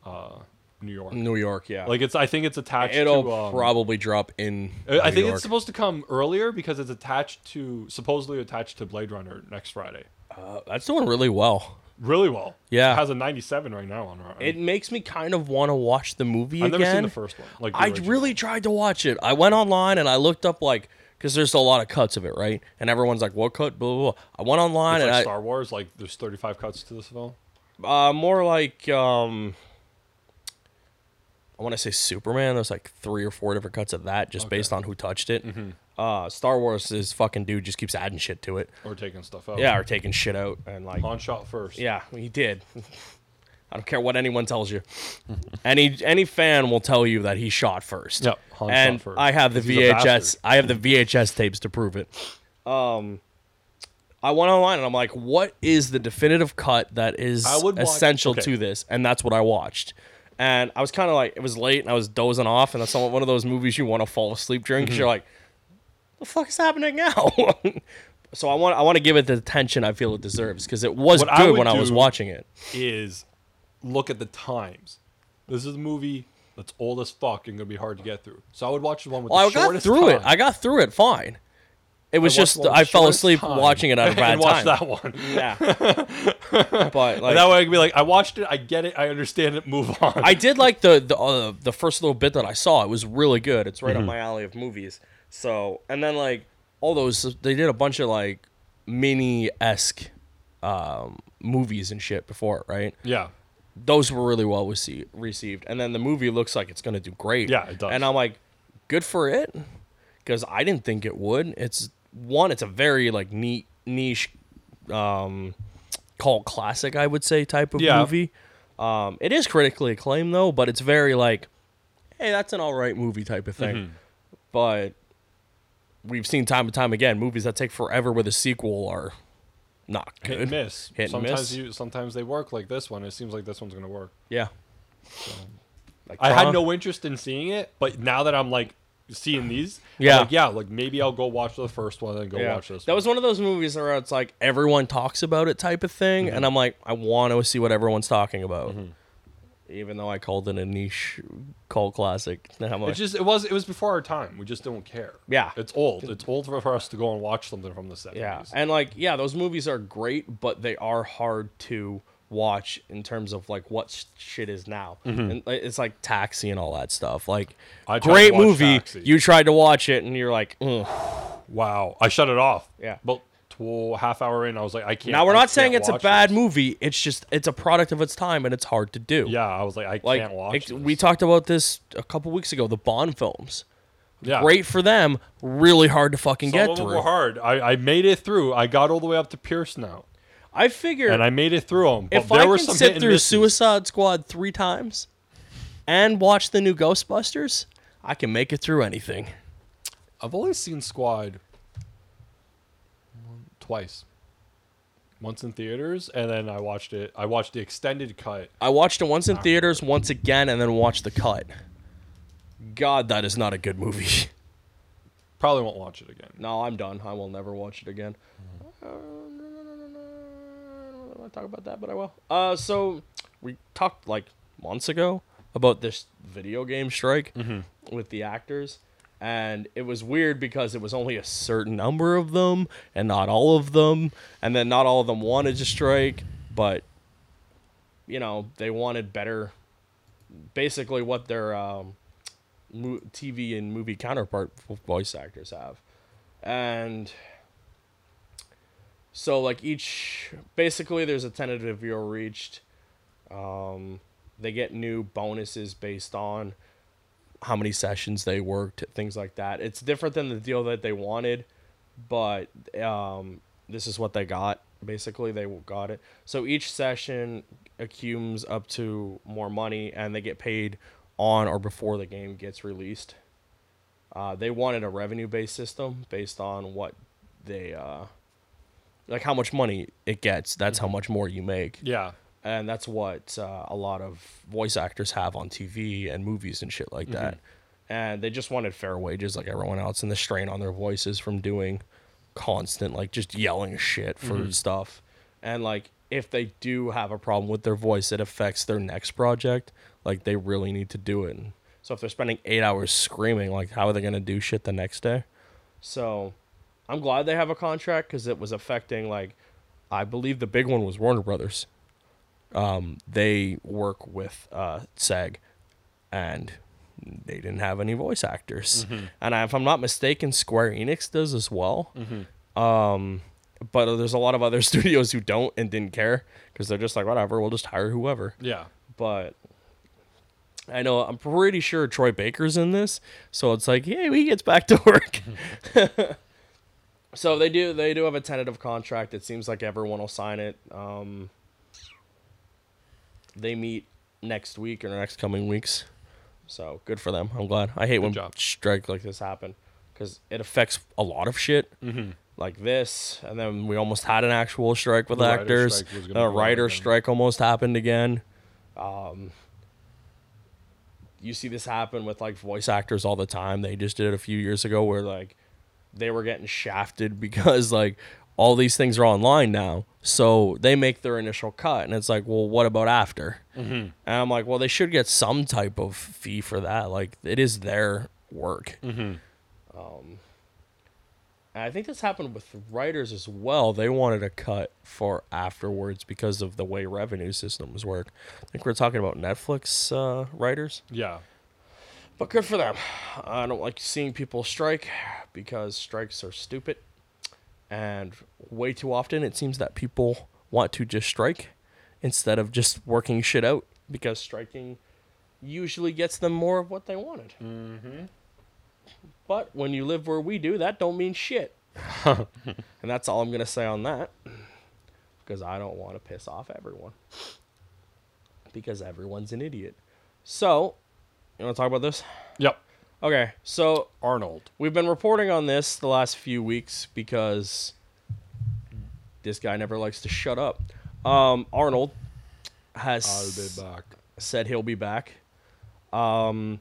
uh, New York. New York, yeah. Like it's, I think it's attached. Mm. it'll to, um, probably drop in. I I New think York. it's supposed to come earlier because it's attached to supposedly attached to Blade Runner next Friday. Uh, that's doing really well. Really well. Yeah. It has a 97 right now on Rotten. It makes me kind of want to watch the movie I've again. never seen the first one. Like the I original. really tried to watch it. I went online and I looked up like because there's a lot of cuts of it, right? And everyone's like, "What cut?" Blah blah. blah. I went online It's like and Star Wars. Like there's 35 cuts to this film. I uh, more like um, I want to say Superman. There's like three or four different cuts of that just based on who touched it. Mm-hmm. Uh, Star Wars is fucking dude just keeps adding shit to it. Or taking stuff out. Yeah, or taking shit out and like On shot first. Yeah, he did. I don't care what anyone tells you. any any fan will tell you that he shot first. Yep, Han shot and first, I have the 'cause he's a VHS. bastard. I have the VHS tapes to prove it. Um, I went online and I'm like, what is the definitive cut that is I would watch- essential okay. to this? And that's what I watched. And I was kind of like, it was late and I was dozing off, and that's one of those movies you want to fall asleep during Mm-hmm. because you're like, the fuck is happening now? so I want I want to give it the attention I feel it deserves because it was What I good would when I was do- watching it. Is look at the times. This is a movie that's old as fuck and gonna be hard to get through. So I would watch the one with Well, I the got shortest through it. time. I got through it fine. It was watched just the one with I the fell shortest asleep time watching it at a bad and time. watch that one. Yeah. but like And that way I could be like, I watched it, I get it, I understand it, move on. I did like the the uh, the first little bit that I saw. It was really good. It's Mm-hmm. right up my alley of movies. So and then like all those they did a bunch of like mini esque um, movies and shit before, it, right? yeah. those were really well rece- received. And then the movie looks like it's going to do great. Yeah, it does. And I'm like, good for it, because I didn't think it would. It's one, it's a very like neat niche, um, cult classic, I would say, type of Yeah. movie. Um, it is critically acclaimed though, but it's very like, hey, that's an all right movie type of Mm-hmm. thing. But we've seen time and time again movies that take forever with a sequel are not Hit good. and miss. Hit and sometimes miss. you sometimes they work like this one. It seems like this one's gonna work. Yeah. Like I had Tron. Uh-huh. no interest in seeing it, but now that I'm like seeing these. I'm Yeah. like, yeah, like maybe I'll go watch the first one and go Yeah. watch this. That one. was one of those movies where it's like everyone talks about it type of thing, Mm-hmm. and I'm like, I want to see what everyone's talking about. Even though I called it a niche cult classic. Now I'm It like, just it was it was before our time. We just don't care. Yeah. it's old. It's old for, for us to go and watch something from the seventies. yeah. And like, yeah, those movies are great, but they are hard to watch in terms of like what sh- shit is now. And like, it's like Taxi and all that stuff. Like, Mm-hmm. I tried to great watch movie. Taxi. You tried to watch it, and you're like, "Ugh." wow, I shut it off. Yeah. but to half hour in, I was like, I can't. now we're I not saying can't it's a watch bad this. movie. It's just it's a product of its time, and it's hard to do. Yeah, I was like, I Like can't watch. it- this. we talked about this a couple weeks ago, the Bond films. yeah. Great for them, really hard to fucking Some get of them through. were hard. I, I made it through. I got all the way up to Pierce now, I figure and I made it through them. But if there I were can some hit sit and through misses. Suicide Squad three times and watch the new Ghostbusters, I can make it through anything. I've only seen Squad one- twice. Once in theaters, and then I watched it. I watched the extended cut. I watched it once in theaters, once again, and then watched the cut. God, that is not a good movie. Probably won't watch it again. No, I'm done. I will never watch it again. Uh, I don't really want to talk about that, but I will. Uh, so we talked like months ago about this video game strike with the actors, and it was weird because it was only a certain number of them, and not all of them, and then not all of them wanted to strike, but you know they wanted better. Basically, what their um, mo- TV and movie counterpart f- voice actors have and so like each basically there's a tentative year reached um they get new bonuses based on how many sessions they worked things like that it's different than the deal that they wanted but um this is what they got basically they got it so each session accumulates up to more money and they get paid on or before the game gets released uh, they wanted a revenue based system based on what they uh, like how much money it gets that's how much more you make Yeah, and that's what uh, a lot of voice actors have on tv and movies and shit like that and they just wanted fair wages like everyone else and the strain on their voices from doing constant like just yelling shit for stuff and like if they do have a problem with their voice it affects their next project like they really need to do it so if they're spending eight hours screaming like how are they going to do shit the next day so i'm glad they have a contract because it was affecting like i believe the big one was warner brothers they work with uh, SAG, and they didn't have any voice actors. And if I'm not mistaken, Square Enix does as well. Um, but there's a lot of other studios who don't and didn't care because they're just like, whatever, we'll just hire whoever. yeah. But I know I'm pretty sure Troy Baker's in this, so it's like, yeah, he gets back to work. so they do they do have a tentative contract. It seems like everyone will sign it. Um, they meet next week or next coming weeks. So good for them. I'm glad. I hate when job. strike like this happen because it affects a lot of shit. Like this, and then we almost had an actual strike with The writer's actors. strike was gonna the blow up writer again. strike almost happened again. Um, you see this happen with like voice actors all the time. They just did it a few years ago where like they were getting shafted because like all these things are online now. So they make their initial cut and it's like, well, what about after? Mm-hmm. And I'm like, well, they should get some type of fee for that. Like it is their work. And I think this happened with writers as well. They wanted a cut for afterwards because of the way revenue systems work. I think we're talking about Netflix uh, writers. Yeah. But good for them. I don't like seeing people strike because strikes are stupid. And way too often it seems that people want to just strike instead of just working shit out because striking usually gets them more of what they wanted. Mm-hmm. But when you live where we do, that don't mean shit. and that's all I'm going to say on that because I don't want to piss off everyone because everyone's an idiot. So, you want to talk about this? Yep. Okay, so Arnold. we've been reporting on this the last few weeks because this guy never likes to shut up. Um, Arnold has I'll be back. said he'll be back. Um,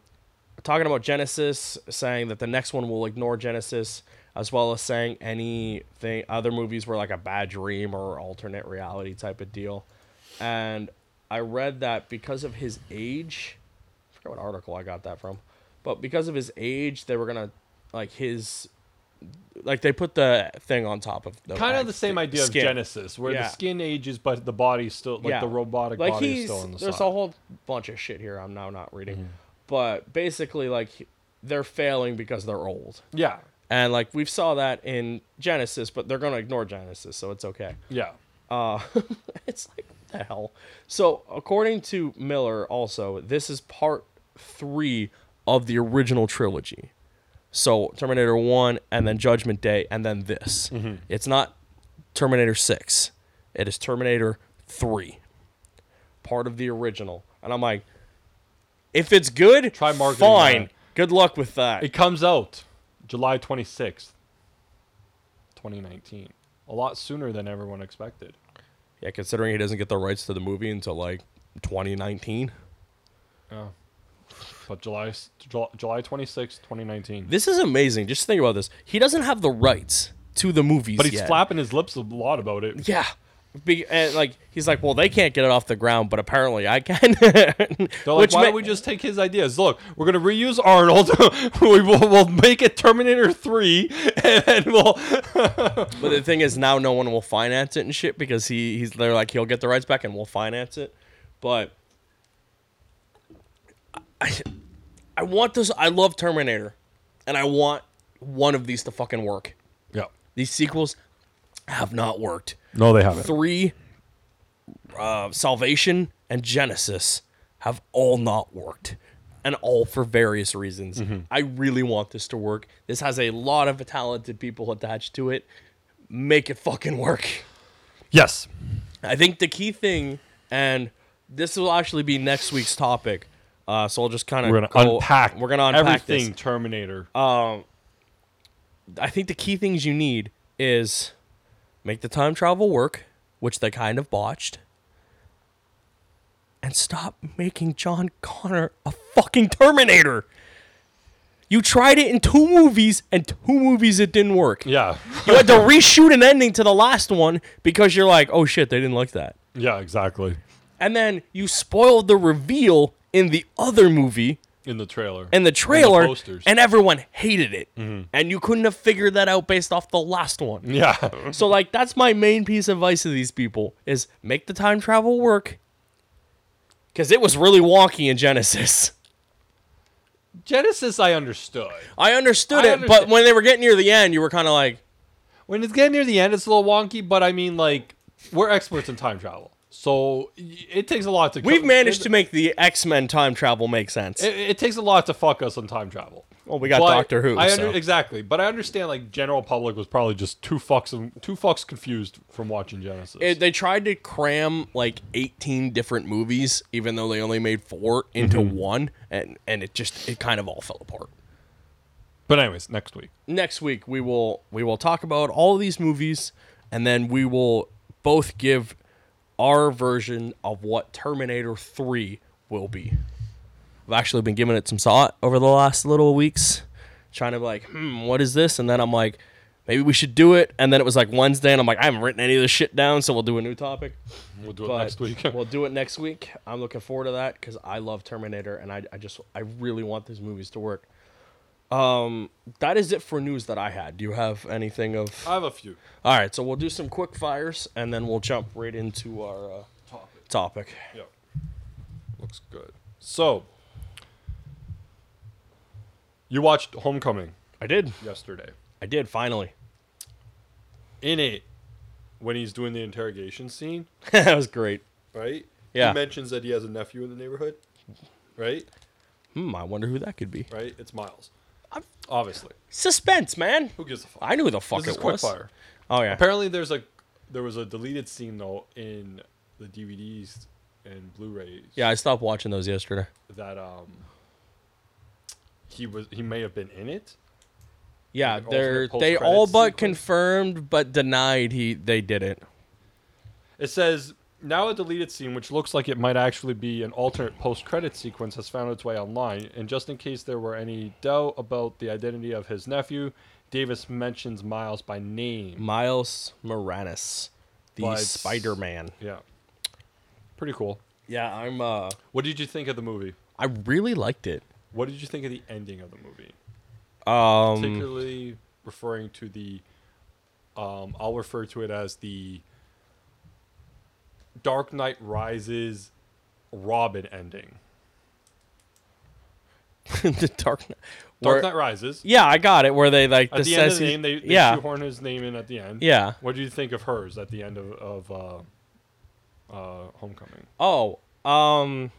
talking about Genesis, saying that the next one will ignore Genesis, as well as saying anything other movies were like a bad dream or alternate reality type of deal. And I read that because of his age, I forgot what article I got that from, but because of his age, they were gonna like his like they put the thing on top of the Kind of like, the same idea skin. of Genesis, where Yeah. the skin ages, but the body's still like the robotic Like, body is he's- still on the there's side. Mm-hmm. a whole bunch of shit here I'm now not reading, but basically like they're failing because they're old. yeah, And like we've saw that in Genesis, but they're gonna ignore Genesis, so it's okay. yeah, Uh, it's like what the hell. So according to Miller, also this is part three of the original trilogy. So Terminator One, and then Judgment Day, and then this. Mm-hmm. It's not Terminator Six. It is Terminator Three, part of the original. And I'm like, if it's good, Try marketing Fine. that. Good luck with that. It comes out July 26th, 2019. A lot sooner than everyone expected. Yeah, considering he doesn't get the rights to the movie until like 2019. Yeah. But July s- Ju- July 26th, 2019. This is amazing. Just think about this. He doesn't have the rights to the movies. but he's yet. flapping his lips a lot about it. Yeah. Be- and like he's like, well, they can't get it off the ground, but apparently I can. They're like, why ma- don't we just take his ideas? Look, we're gonna reuse Arnold. we will we'll make it Terminator Three, and we'll But the thing is, now no one will finance it and shit because he he's they're like he'll get the rights back and we'll finance it. But I I want this. I love Terminator, and I want one of these to fucking work. yeah. These sequels have not worked. No, they haven't. Three, uh, Salvation and Genesis have all not worked, and all for various reasons. Mm-hmm. I really want this to work. This has a lot of talented people attached to it. Make it fucking work. Yes, I think the key thing, and this will actually be next week's topic. Uh, so I'll just kind of we're gonna unpack. Uh, We're gonna unpack everything. This. Terminator. I think the key things you need is make the time travel work, which they kind of botched, and stop making John Connor a fucking Terminator. You tried it in two movies, and two movies it didn't work. yeah, You had to reshoot an ending to the last one because you're like, oh shit, they didn't like that. yeah, exactly. And then you spoiled the reveal in the other movie In the trailer. and the trailer, and, posters. everyone hated it. And you couldn't have figured that out based off the last one. yeah, So like that's my main piece of advice to these people is make the time travel work. Cause it was really wonky in Genesis. Genesis. I understood. I understood I it, but understand. when they were getting near the end, you were kind of like, When it's getting near the end, it's a little wonky. But I mean, like, we're experts in time travel, so y- it takes a lot to. "We've managed it, to make the X Men time travel make sense." It, it takes a lot to fuck us on time travel. well, we got But Doctor Who. I so. under- exactly, but I understand like general public was probably just two fucks two fucks confused from watching Genesis. It- they tried to cram like 18 different movies even though they only made four into one and and it just it kind of all fell apart but anyways, next week. next week we will we will talk about all these movies and then we will both give our version of what Terminator 3 will be. I've actually been giving it some thought over the last little weeks, trying to be like, hmm, what is this? And then I'm like, maybe we should do it. And then it was like Wednesday, and I'm like, I haven't written any of this shit down, so we'll do a new topic. We'll do it But next week. we'll do it next week. I'm looking forward to that because I love Terminator and I, I just I really want these movies to work. Um, that is it for news that I had. Do you have anything of? I have a few. All right, so we'll do some quick fires and then we'll jump right into our uh, Topic. topic. Yep. Looks good. So you watched Homecoming I did. yesterday. I did finally. In it, when he's doing the interrogation scene, that was great. right? Yeah. He mentions that he has a nephew in the neighborhood. Right? Hmm, I wonder who that could be. Right? It's Miles. Obviously. Suspense, man. Who gives a fuck? I knew who the fuck This is it was. quickfire. Oh yeah. Apparently, there's a there was a deleted scene though in the DVDs and Blu-rays. Yeah, I stopped watching those yesterday. that um he was he may have been in it. Yeah, Like, they're alternate they post-credits all but sequence? confirmed but denied he they did it. It says Now a deleted scene, which looks like it might actually be an alternate post-credit sequence, has found its way online. And just in case there were any doubt about the identity of his nephew, Davis mentions Miles by name. Miles Moranis, the But- Spider Man. Yeah, pretty cool. Yeah, I'm. uh What did you think of the movie? I really liked it. What did you think of the ending of the movie? Um, Particularly referring to the, um, I'll refer to it as the Dark Knight Rises Robin ending. the Dark Knight. Dark where- Knight Rises. Yeah, I got it. Where they like At this the end of says the he- name, they, they yeah, shoehorn his name in at the end. yeah. What do you think of hers at the end of, of uh, uh, Homecoming? Oh, um.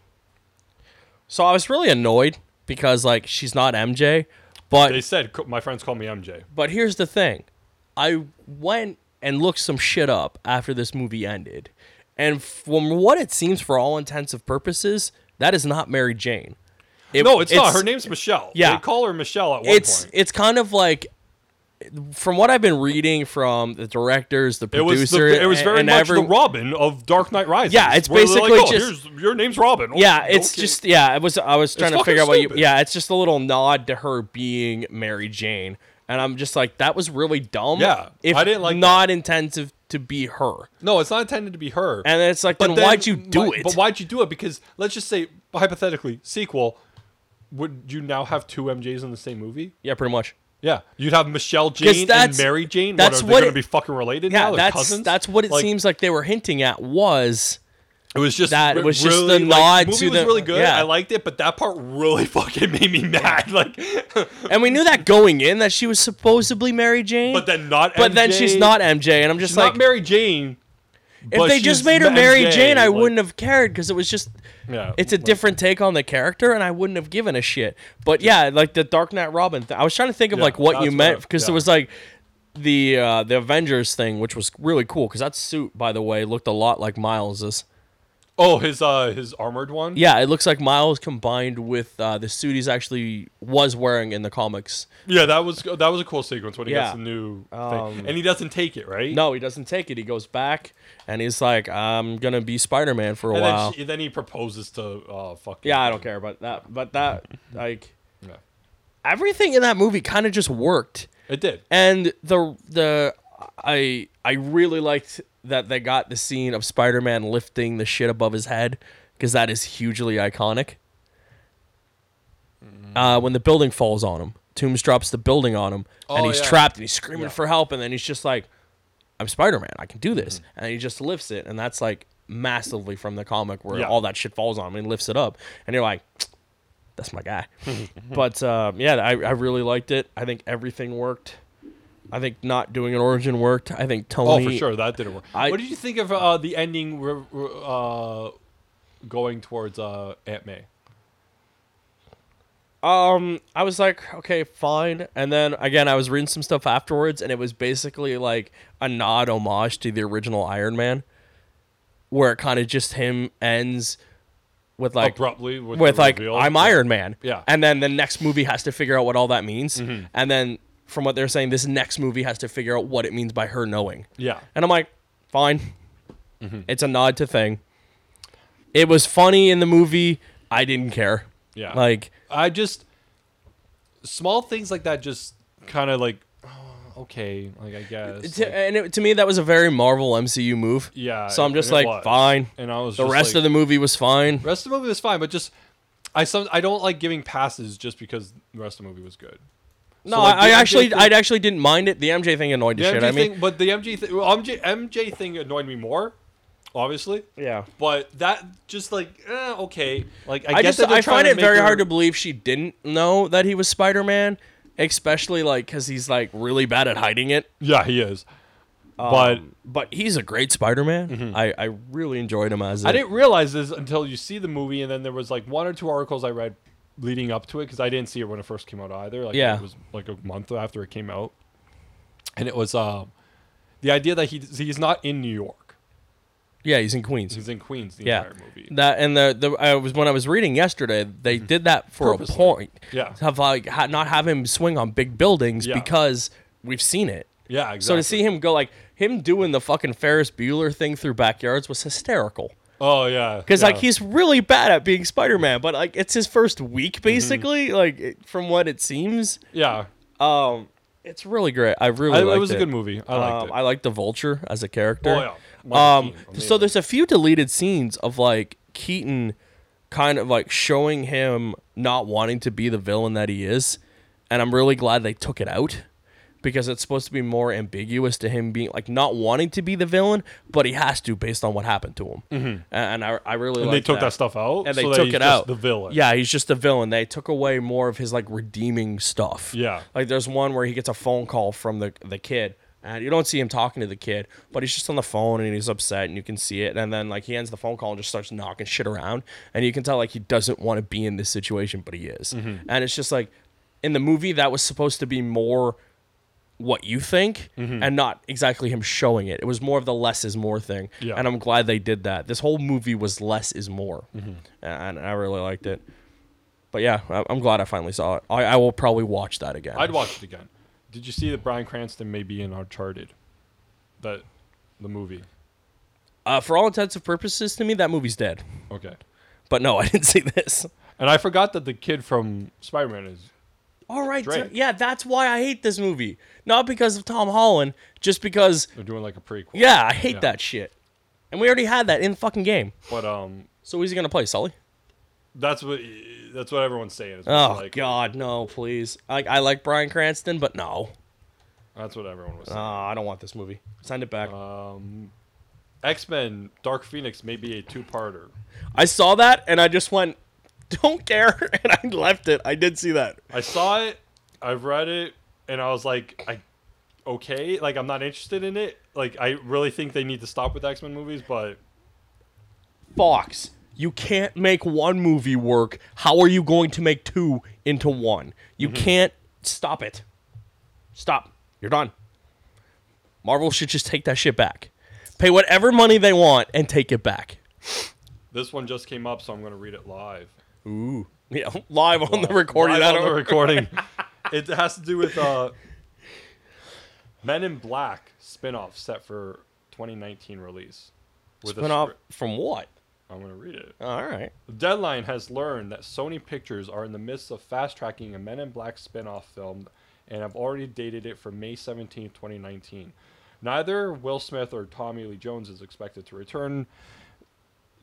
So I was really annoyed because like she's not MJ, but They said, "Co- my friends call me MJ. But here's the thing. I went and looked some shit up after this movie ended. And from what it seems, for all intents and purposes, that is not Mary Jane. It- No, it's, not. Her name's Michelle. yeah. They call her Michelle at one It's point. it's kind of like, from what I've been reading from the directors, the It was, producer, the, it was a- very and much every- the Robin of Dark Knight Rises. Yeah, it's where they're like, basically "Oh, just- here's- your name's Robin. Oh, Yeah, it's okay. just yeah. It was I was trying to fucking figure out what you. stupid. Yeah, it's just a little nod to her being Mary Jane, and I'm just like that was really dumb. Yeah, if I didn't like that. not intensive to be her. no, it's not intended to be her. And it's like, then, why'd you do why- it? But why'd you do it? Because let's just say hypothetically, sequel, would you now have two MJs in the same movie? yeah, pretty much. Yeah, you'd have Michelle Jane and that's- Mary Jane. that's what are what they going it- to be fucking related Yeah, now? They're that's cousins? that's what it Like, seems like they were hinting at was It was just that re- was just really, the nod like, movie to was the- really good. yeah. I liked it, but that part really fucking made me mad. Like, and we knew that going in that she was supposedly Mary Jane. but then not. but then MJ. she's not MJ and I'm just She's like not Mary Jane. if but they just she's made her M- Mary MJ, Jane, I like- wouldn't have cared cuz it was just Yeah, it's a like, different take on the character and I wouldn't have given a shit. But yeah, like the Dark Knight Robin th- I was trying to think of Yeah, like what you that's meant what- because yeah. there was like the uh, the Avengers thing which was really cool cuz that suit by the way looked a lot like Miles's. Oh, his uh, his armored one. Yeah, it looks like Miles combined with uh, the suit he's actually was wearing in the comics. Yeah, that was that was a cool sequence when he Yeah. gets the new Um, thing, and he doesn't take it, right? No, he doesn't take it. He goes back and he's like, "I'm gonna be Spider Man for a And while." then, she, then he proposes to uh, fuck. yeah, I don't care about that. But that, like, Yeah. everything in that movie kind of just worked. It did. And the the I I really liked that they got the scene of Spider Man lifting the shit above his head because that is hugely iconic. Mm-hmm. Uh, when the building falls on him, Toombs drops the building on him, and Oh, he's yeah. trapped and he's screaming Yeah. for help, and then he's just like, "I'm Spider Man, I can do this," Mm-hmm. and he just lifts it, and that's like massively from the comic where Yeah. all that shit falls on him and he lifts it up, and you're like, "That's my guy." Mhm. but um, yeah, I, I really liked it. I think everything worked. I think not doing an origin worked. I think Oh, Tony. for sure, that didn't work. I- what did you think of uh, the ending? re- re- uh, going towards uh, Aunt May. Um, I was like, okay, fine. And then again, I was reading some stuff afterwards, and it was basically like a nod homage to the original Iron Man, where it kind of just him ends with like abruptly with, with the like reveal. I'm Iron Man. Yeah. Mm-hmm. And then the next movie has to figure out what all that means. And then from what they're saying, this next movie has to figure out what it means by her knowing. Yeah, And I'm like, fine. Mm-hmm. It's a nod to thing. It was funny in the movie. I didn't care. Yeah. Like I just small things like that just kind of like oh, okay, like I guess. to, like- and it, to me that was a very Marvel MCU move. yeah. So I'm and just it like, was. fine. And I was The rest of the movie was fine. rest of the movie was fine, but just I some I don't like giving passes just because the rest of the movie was good. No, So, like, I, I the MJ actually thing- I actually didn't mind it. The MJ thing annoyed the, The shit MJ out of me. thing, but the MJ thing, well, MJ MJ thing annoyed me more, obviously. Yeah. But that just like eh, okay, like I I, get just that they're I trying find to it make very her- hard to believe she didn't know that he was Spider Man, especially like because he's like really bad at hiding it. Yeah, he is. but Mm-hmm. Um, but he's a great Spider Man. I I really enjoyed him as I it. didn't realize this until you see the movie, and then there was like one or two articles I read leading up to it because I didn't see it when it first came out either. Like Yeah. it was like a month after it came out, and it was um, the idea that he he's not in New York; yeah, he's in Queens. he's in Queens the yeah, entire movie. Mm-hmm. that and the the I was when I was reading yesterday, they did that for Purposely. a point. Yeah. to have like ha, not have him swing on big buildings Yeah. because we've seen it. Yeah, exactly. So to see him go like him doing the fucking Ferris Bueller thing through backyards was hysterical. Oh yeah. Because like yeah. he's really bad at being Spider Man, but like it's his first week Mm-hmm. basically, like it- from what it seems. Yeah. Um, it's really great. I really I, liked it was a good movie. I liked um, it. I liked the Vulture as a character. Oh, yeah. Michael Um, Keaton, so amazing. there's a few deleted scenes of like Keaton kind of like showing him not wanting to be the villain that he is, and I'm really glad they took it out because it's supposed to be more ambiguous to him being like not wanting to be the villain, but he has to based on what happened to him. Mm-hmm. And I, I really and they liked took that. that stuff out. and they so that took he's it just out. The villain. Yeah, he's just a villain. They took away more of his like redeeming stuff. Yeah. Like there's one where he gets a phone call from the the kid. And you don't see him talking to the kid, but he's just on the phone and he's upset and you can see it. And then like he ends the phone call and just starts knocking shit around. And you can tell like he doesn't want to be in this situation, but he is. Mm-hmm. And it's just like in the movie that was supposed to be more what you think Mm-hmm. and not exactly him showing it. It was more of the less is more thing. Yeah. And I'm glad they did that. This whole movie was less is more. Mm-hmm. And I really liked it. But yeah, I- I'm glad I finally saw it. I, I will probably watch that again. I'd watch it again. Did you see that Brian Cranston may be in Uncharted? That the movie. uh, for all intents and purposes, to me, that movie's dead. Okay. But no, I didn't see this. And I forgot that the kid from Spider Man is All right. Drake. yeah, that's why I hate this movie. Not because of Tom Holland, just because, they're doing like a prequel. yeah, I hate Yeah. that shit. And we already had that in the fucking game. But um So who's he going to play, Sully? that's what that's what everyone's saying. is Oh like, God, no! Please, I, I like Brian Cranston, but no, That's what everyone was uh, saying. I don't want this movie. Send it back. X Men Dark Phoenix may be a two parter. I saw that and I just went, don't care, and I left it. I did see that. I saw it, I've read it, and I was like, I okay, like I'm not interested in it. Like I really think they need to stop with X Men movies, but Fox, you can't make one movie work. How are you going to make two into one? You can't stop it. Stop. You're done. Marvel should just take that shit back. Pay whatever money they want and take it back. this one just came up, so I'm gonna read it live. Ooh. Yeah, live on the recording. Live I on the don't- recording. it has to do with uh, Men in Black spin-off set for 2019 release. With a Spin off script- uh, from what? I'm gonna read it. All right. Deadline has learned that Sony Pictures are in the midst of fast tracking a Men in Black spin off film and have already dated it for May 17, 2019. Neither Will Smith or Tommy Lee Jones is expected to return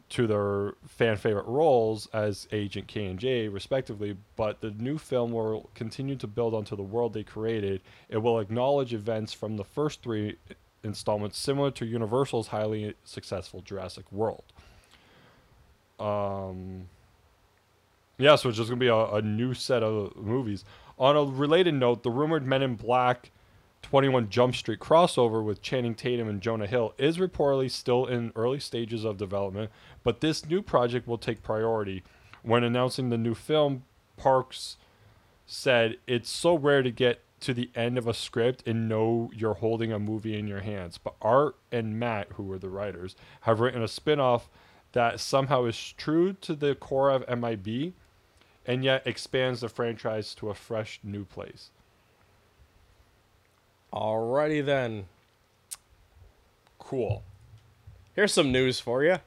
to their fan favorite roles as Agent K and J, respectively, but the new film will continue to build onto the world they created. It will acknowledge events from the first three installments, similar to Universal's highly successful Jurassic World. Yeah, so it's just gonna be a, a new set of movies. On a related note, the rumored Men in Black 21 Jump Street crossover with Channing Tatum and Jonah Hill is reportedly still in early stages of development, but this new project will take priority. When announcing the new film, Parks said, It's so rare to get to the end of a script and know you're holding a movie in your hands. But Art and Matt, who were the writers, have written a spin off that somehow is true to the core of MIB and yet expands the franchise to a fresh new place. Alrighty then. Cool. Here's some news for you.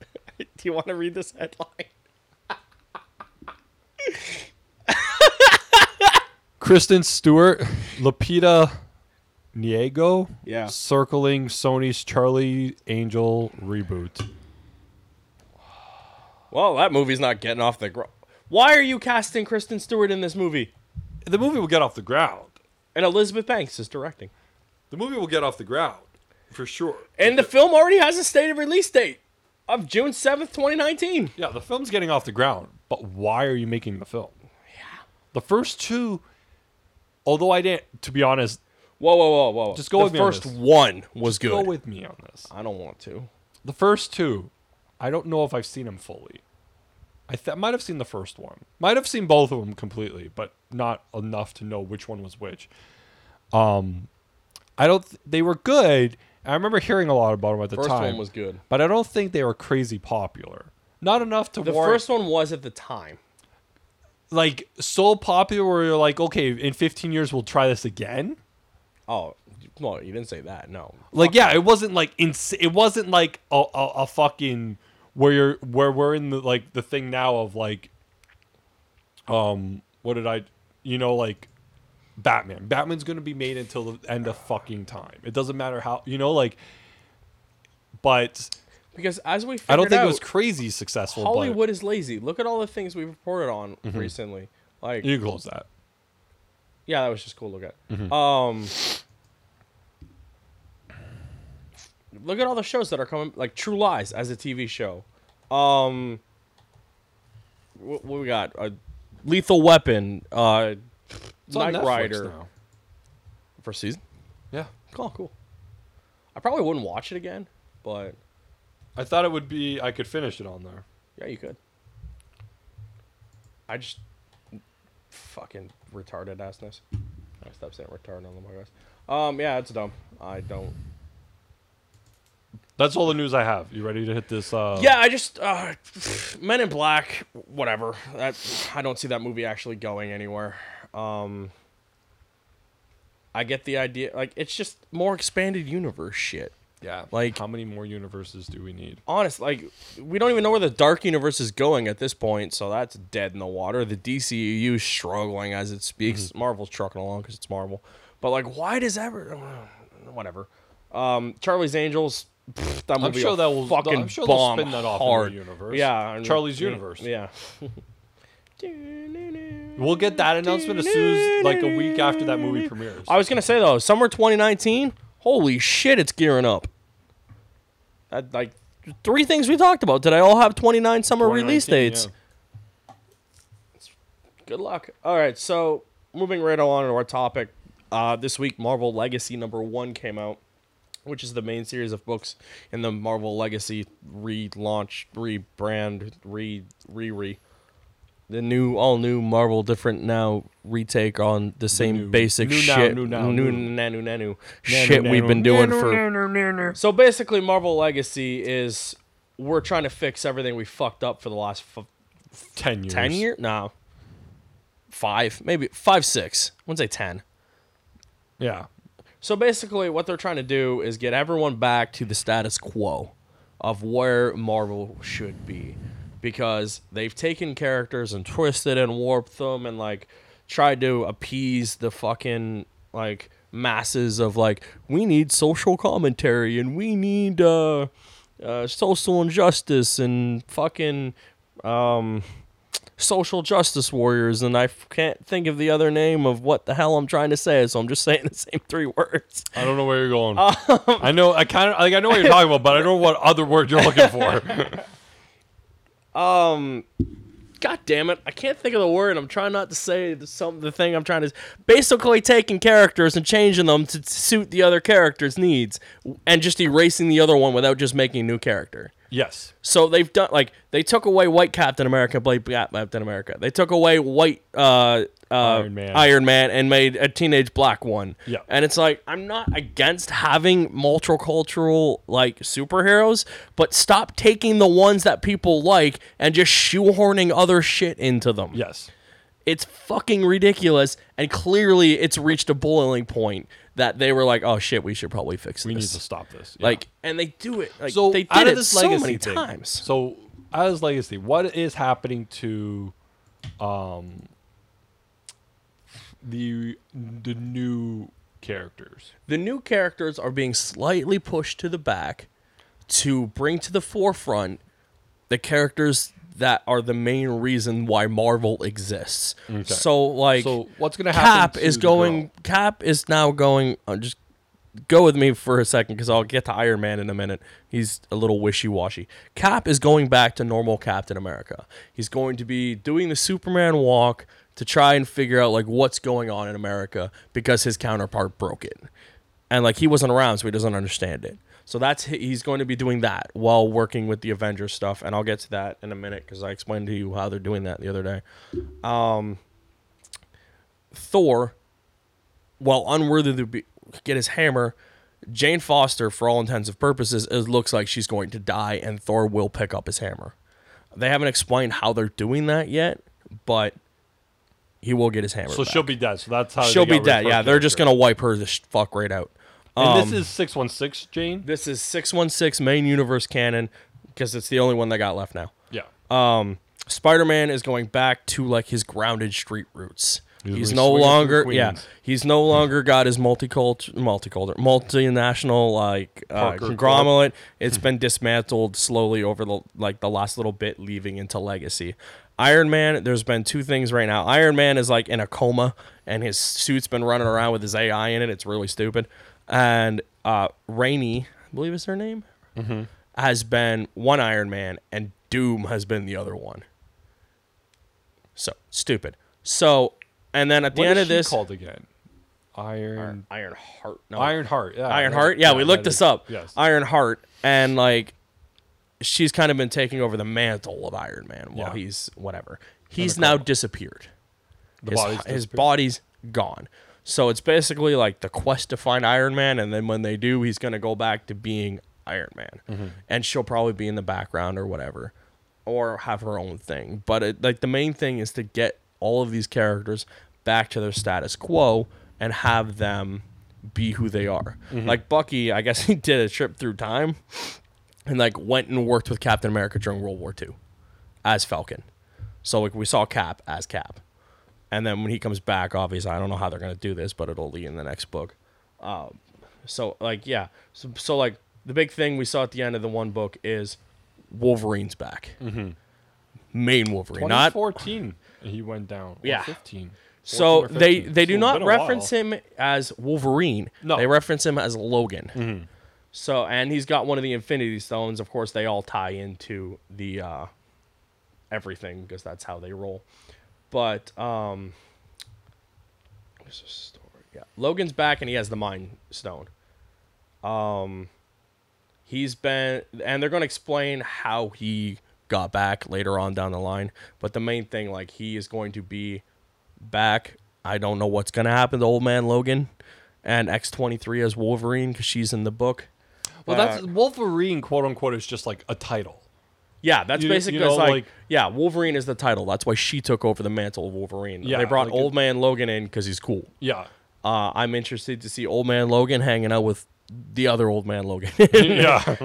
Do you want to read this headline? Kristen Stewart, Lupita Nyego, Yeah. circling Sony's Charlie Angel reboot. Well, that movie's not getting off the ground. Why are you casting Kristen Stewart in this movie? The movie will get off the ground. And Elizabeth Banks is directing. The movie will get off the ground for sure. And the film already has a stated release date of June 7th, 2019. Yeah, the film's getting off the ground, but why are you making the film? Yeah. The first two, although I didn't, to be honest, Whoa, whoa, whoa, whoa. Just go the with me on first this. one was good. go with me on this. I don't want to. The first two, I don't know if I've seen them fully. I th- might have seen the first one. Might have seen both of them completely, but not enough to know which one was which. Um, I don't. Th- they were good. I remember hearing a lot about them at the First time. one was good. but I don't think they were crazy popular. Not enough to The warrant first one was at the time. like so popular. Where you're like, okay, in 15 years we'll try this again. Oh, well, you didn't say that. No. Like yeah, it wasn't like ins- it wasn't like a, a, a fucking where you're where we're in the like the thing now of like um what did I you know like Batman. Batman's going to be made until the end of fucking time. It doesn't matter how, you know like but Because as we figured I don't think out, it was crazy successful but- Mm-hmm. Hollywood is lazy. Look at all the things we've reported on recently. Like, you Mm-hmm. can close that. yeah, that was just cool to look at. Um, look at all the shows that are coming, like True Lies as a TV show. Um, what, what we got? Uh, Lethal Weapon, uh, It's on Knight Netflix Rider now. for season. Yeah. Cool, cool. I probably wouldn't watch it again, but I thought it would be I could finish it on there. yeah, you could. I just fucking retarded assness. I stopped saying retarded on the podcast. Um, yeah, it's dumb. I don't. That's all the news I have. You ready to hit this uh Yeah, I just uh, Men in Black, whatever. That I don't see that movie actually going anywhere. Um, I get the idea. Like, it's just more expanded universe shit. Yeah. Like- how many more universes do we need? honest, like we don't even know where the dark universe is going at this point, so that's dead in the water. The DCU is struggling as it speaks. Mm-hmm. Marvel's trucking along because it's Marvel, but like, why does ever, uh, whatever. Um, Charlie's Angels. pfft, that movie sure will that will- fucking I'm sure they'll bomb spin that off into hard. the universe. Yeah, I mean, Charlie's yeah, Universe. Yeah. We'll get that announcement as soon as like a week after that movie premieres. I was gonna say though, summer 2019. Holy shit, it's gearing up. That like three things we talked about today all have 29 summer release 2019, dates. yeah. Good luck. All right, so moving right on to our topic. Uh, this week, Marvel Legacy number one came out, which is the main series of books in the Marvel Legacy relaunch, rebrand, re re re. The new, all new Marvel, different now retake on the same new- basic new now, shit, new now, new new. nanu nanu shit we've been doing for so basically, Marvel Legacy is we're trying to fix everything we fucked up for the last f- ten years. 10 years? No. Five, maybe five, six. I wouldn't say 10. Yeah. So basically, what they're trying to do is get everyone back to the status quo of where Marvel should be. Because they've taken characters and twisted and warped them and like tried to appease the fucking like masses of like, we need social commentary and we need uh, uh, social injustice and fucking um, social justice warriors, and I f- can't think of the other name of what the hell I'm trying to say, so I'm just saying the same three words. I don't know where you're going. Um, I know. I kind of like. I know what you're talking about, but I don't know what other word you're looking for. God damn it! I can't think of the word. I'm trying not to say the, some the thing I'm trying to. Basically, taking characters and changing them to suit the other character's needs, and just erasing the other one without just making a new character. yes. So they've done like they took away white Captain America, Blade Captain America. They took away white uh, uh, Iron, Man. Man. and made a teenage black one. Yeah. and it's like I'm not against having multicultural like superheroes, but stop taking the ones that people like and just shoehorning other shit into them. Yes. It's fucking ridiculous, and clearly it's reached a boiling point that they were like, "Oh shit, we should probably fix We need to this." stop this. Yeah. like, and they do it. Like, so they did out of it this so legacy many thing, times. So out of this legacy, what is happening to, um, the the new characters? the new characters are being slightly pushed to the back to bring to the forefront the characters that are the main reason why Marvel exists. So like So what's gonna Cap happen to is the going girl? Cap is now going uh, just go with me for a second cuz I'll get to Iron Man in a minute. He's a little wishy-washy. Cap is going back to normal Captain America. He's going to be doing the Superman walk to try and figure out like what's going on in America because his counterpart broke it and like he wasn't around, so he doesn't understand it. So that's hi- he's going to be doing that while working with the Avengers stuff, and I'll get to that in a minute because I explained to you how they're doing that the other day. Um, Thor, while unworthy to be, get his hammer, Jane Foster, for all intents and purposes, it looks like she's going to die, and Thor will pick up his hammer. They haven't explained how they're doing that yet, but he will get his hammer. So back. she'll be dead. So that's how they she'll be got rid dead. of her Yeah, they're just character. gonna um, wipe her the sh- fuck right out. And this is six one six Jane. This is 616 main universe canon because it's the only one they got left now. Yeah. Uh, Spider-Man is going back to like his grounded street roots. He's, He's really no swinging through longer yeah. Queens. He's no longer got his multicultural, multicultural, multinational like uh, Parker Club. conglomerate. It's been dismantled slowly over the like the last little bit, leaving into legacy. Iron Man. There's been two things right now. Iron Man is like in a coma, and his suit's been running around with his AI in it. It's really stupid. And uh, Rainey, I believe is her name, has been one Iron Man, and Doom has been the other one. So stupid. So, and then at the What end is of she this, called again? Iron Iron Heart. No, Iron Heart. Yeah, Iron that- Heart. Yeah, we looked that this is- up. Yes. Iron Heart, and like, she's kind of been taking over the mantle of Iron Man while Yeah. he's whatever. He's the now coma. disappeared. the His, body's his disappeared. body's gone. So it's basically like the quest to find Iron Man, and then when they do, he's gonna go back to being Iron Man, Mm-hmm. and she'll probably be in the background or whatever, or have her own thing. But it, like the main thing is to get all of these characters back to their status quo and have them be who they are. Mm-hmm. Like Bucky, I guess he did a trip through time, and like went and worked with Captain America during World War II as Falcon. So like we saw Cap as Cap. And then when he comes back, obviously, I don't know how they're gonna do this, but it'll be in the next book. Um, so like, yeah, so, so like the big thing we saw at the end of the one book is Wolverine's back, mm-hmm. main Wolverine, not 2014 he went down. Or Yeah. 15. so 14 or they 15. they do So it's not been a while. reference him as Wolverine. No. Mm-hmm. they reference him as Logan. So and he's got one of the Infinity Stones. Of course, they all tie into the uh, everything because that's how they roll. But um, what's the story? Yeah, Logan's back and he has the Mind Stone. Um, he's been and they're going to explain how he got back later on down the line. But the main thing, like, he is going to be back. I don't know what's going to happen to Old Man Logan and X23 as Wolverine because she's in the book. Well, uh, that's Wolverine, quote unquote, is just like a title. Yeah, that's You- you basically know, it's like, like- yeah, Wolverine is the title. That's why she took over the mantle of Wolverine. Yeah, they brought like Old Man Logan in because he's cool. Yeah. Uh, I'm interested to see Old Man Logan hanging out with the other Old Man Logan, yeah.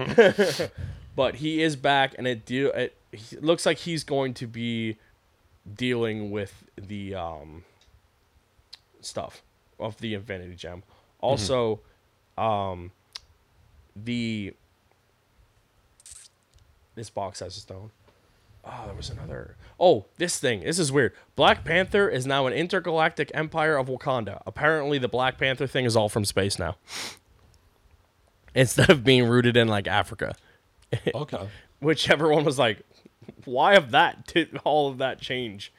but he is back, and it deal. It, he- it looks like he's going to be dealing with the um, stuff of the Infinity Gem. Also, um, the this box has a stone. Oh, there was another. Oh, this thing. This is weird. Black Panther is now an intergalactic empire of Wakanda. Apparently, the Black Panther thing is all from space now. Instead of being rooted in like Africa, Okay. which everyone was like, why have that? Did all of that change?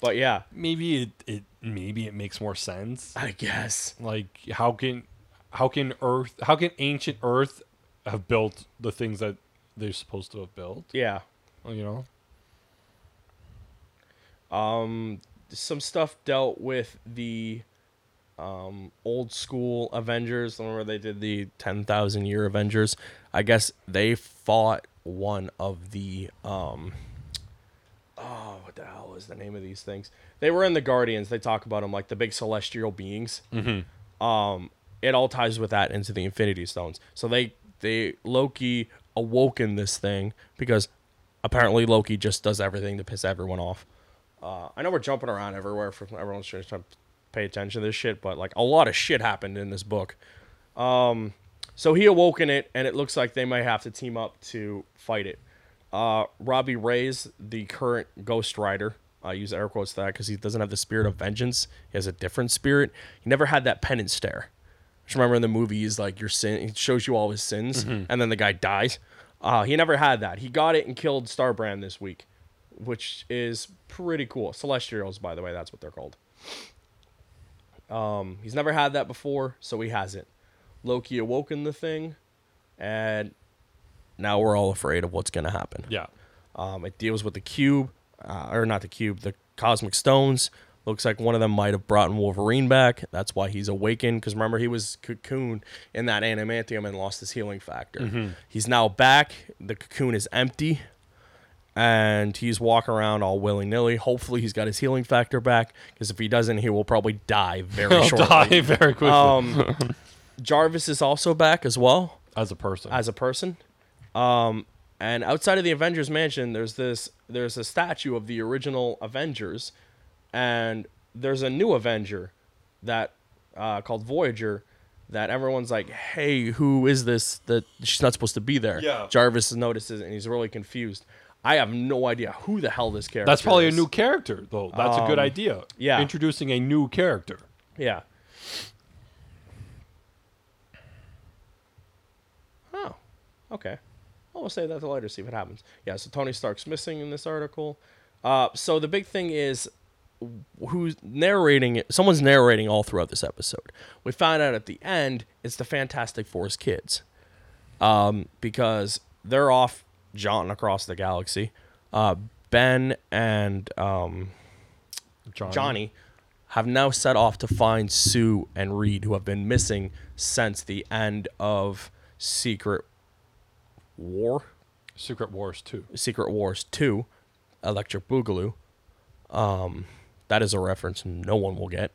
But yeah, Maybe it, it maybe it makes more sense. I guess. Like how can how can Earth how can ancient Earth have built the things that they're supposed to have built? Yeah. You know. some stuff dealt with the um, old school Avengers. Remember they did the ten thousand year Avengers. I guess they fought one of the um, oh, what the hell is the name of these things? They were in the Guardians. They talk about them like the big celestial beings. Um, it all ties with that into the Infinity Stones. So they they Loki awoken this thing because apparently Loki just does everything to piss everyone off. Uh, I know we're jumping around everywhere from everyone's trying to pay attention to this shit, but like a lot of shit happened in this book. Um, so he awoken it, and it looks like they may have to team up to fight it. Uh, Robbie Reyes, the current Ghost Rider, I use air quotes that because he doesn't have the spirit of vengeance. He has a different spirit. He never had that penance stare. Just remember in the movie, he's like your sin. It shows you all his sins, and then the guy dies. Uh, he never had that. He got it and killed Starbrand this week, which is pretty cool. Celestials, by the way, that's what they're called. Um, he's never had that before, so he hasn't. Loki awoken the thing, and now we're all afraid of what's gonna happen. Yeah. Um, it deals with the cube, uh, or not the cube, the cosmic stones. Looks like one of them might have brought Wolverine back. That's why he's awakened. Because remember, he was cocoon in that animantium and lost his healing factor. He's now back. The cocoon is empty, and he's walking around all willy nilly. Hopefully, he's got his healing factor back because if he doesn't, he will probably die very He'll shortly. die very quickly Um, Jarvis is also back as well as a person. as a person. Um, and outside of the Avengers Mansion, there's this there's a statue of the original Avengers, and there's a new Avenger that uh, called Voyager that everyone's like, hey, who is this? That she's not supposed to be there. Yeah. Jarvis notices it and he's really confused. I have no idea who the hell this character. That's probably is. a new character, though. That's a good idea. yeah. Introducing a new character. Yeah. Oh, okay. Well, we'll save that till later, see if it happens. Yeah, so Tony Stark's missing in this article. Uh, so the big thing is who's narrating it. Someone's narrating all throughout this episode. We found out at the end it's the Fantastic Four's kids um, because they're off jaunting across the galaxy. Uh, ben and um, Johnny. Johnny have now set off to find Sue and Reed, who have been missing since the end of Secret War, Secret Wars 2. Secret Wars 2, Electric Boogaloo. Um, that is a reference no one will get.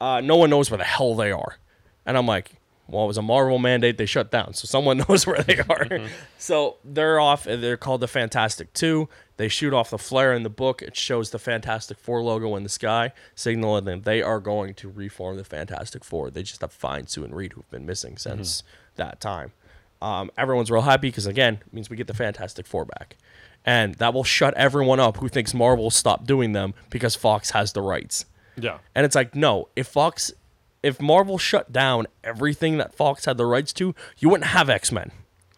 uh, no one knows where the hell they are. And I'm like, well, it was a Marvel mandate. They shut down. So someone knows where they are. so they're off. and They're called the Fantastic Two. They shoot off the flare in the book. It shows the Fantastic Four logo in the sky, signaling them they are going to reform the Fantastic Four. They just have to find Sue and Reed, who've been missing since that time. Um, everyone's real happy because, again, it means we get the Fantastic Four back. And that will shut everyone up who thinks Marvel stopped doing them because Fox has the rights. Yeah. And it's like, no, if Fox, if Marvel shut down everything that Fox had the rights to, you wouldn't have X Men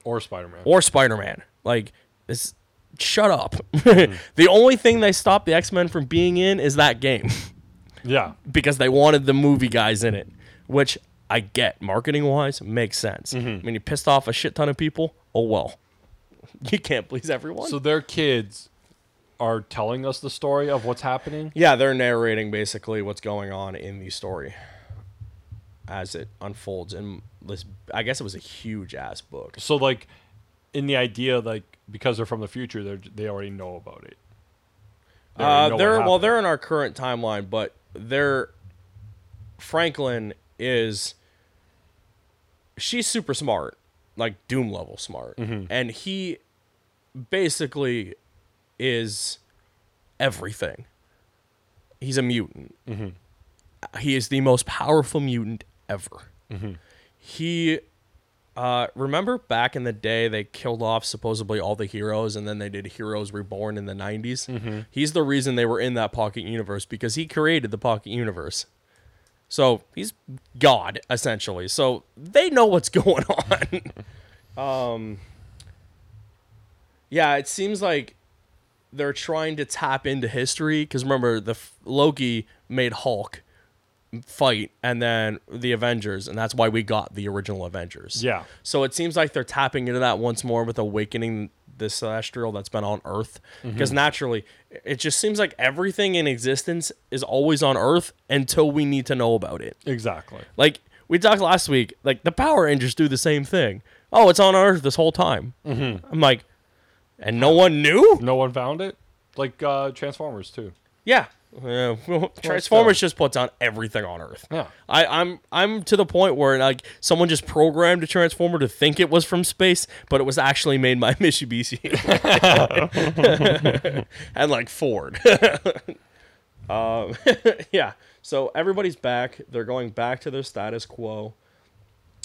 Or Spider Man. or Spider Man. Like, this, shut up. the only thing they stopped the X Men from being in is that game Yeah. because they wanted the movie guys in it, which I get marketing wise makes sense. I mean, you pissed off a shit ton of people. Oh, well. You can't please everyone. So their kids are telling us the story of what's happening. Yeah, they're narrating basically what's going on in the story as it unfolds. And this, I guess it was a huge ass book. So, like, in the idea, like, because they're from the future, they they already know about it. They already Uh, know what they're well, happened. they're in our current timeline, but they're Franklin is she's super smart, like Doom level smart, Mm-hmm. and he basically is everything. He's a mutant. Mm-hmm. He is the most powerful mutant ever. He uh, remember back in the day they killed off supposedly all the heroes and then they did Heroes Reborn in the 90s? He's the reason they were in that pocket universe because he created the pocket universe. So he's God, essentially. So they know what's going on. um, yeah, it seems like they're trying to tap into history because remember, the f- Loki made Hulk fight and then the Avengers, and that's why we got the original Avengers. Yeah. So it seems like they're tapping into that once more with awakening this celestial that's been on Earth. Because naturally, it just seems like everything in existence is always on Earth until we need to know about it. Exactly. Like we talked last week, like the Power Rangers do the same thing. Oh, it's on Earth this whole time. Mm-hmm. I'm like, and no one knew. No one found it. Like uh, Transformers too. Yeah. Yeah, well, Transformers just puts on everything on Earth. Yeah. I, I'm I'm to the point where like someone just programmed a transformer to think it was from space, but it was actually made by Mitsubishi and like Ford. um, yeah. So everybody's back. They're going back to their status quo.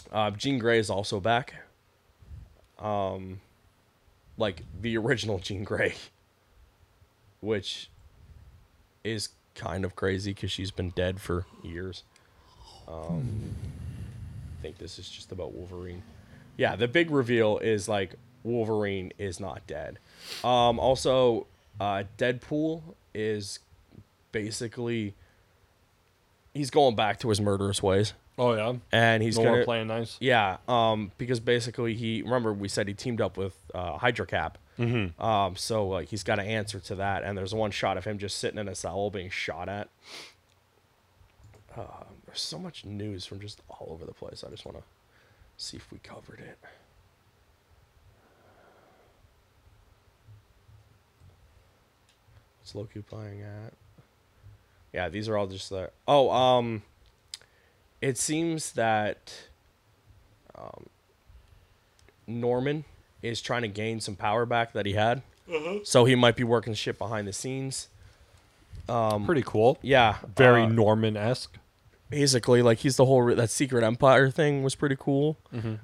Uh, Jean Grey is also back. Um, like the original Jean Grey, which is kind of crazy because she's been dead for years. Um, I think this is just about Wolverine. Yeah, the big reveal is like Wolverine is not dead. Um, also, uh, Deadpool is basically he's going back to his murderous ways, Oh yeah. and he's no gonna more playing nice. yeah, um, because basically he remember we said he teamed up with uh, Hydra Cap. Mm-hmm. Um, so like he's got an answer to that, and there's one shot of him just sitting in a cell being shot at. Um, there's so much news from just all over the place. I just want to see if we covered it. It's Loki playing at. Yeah, these are all just the. Oh, um, it seems that, um, Norman is trying to gain some power back that he had, so he might be working shit behind the scenes. Pretty cool. Yeah, Very um, uh, Norman esque. basically like he's the whole re- that Secret Empire thing was pretty cool.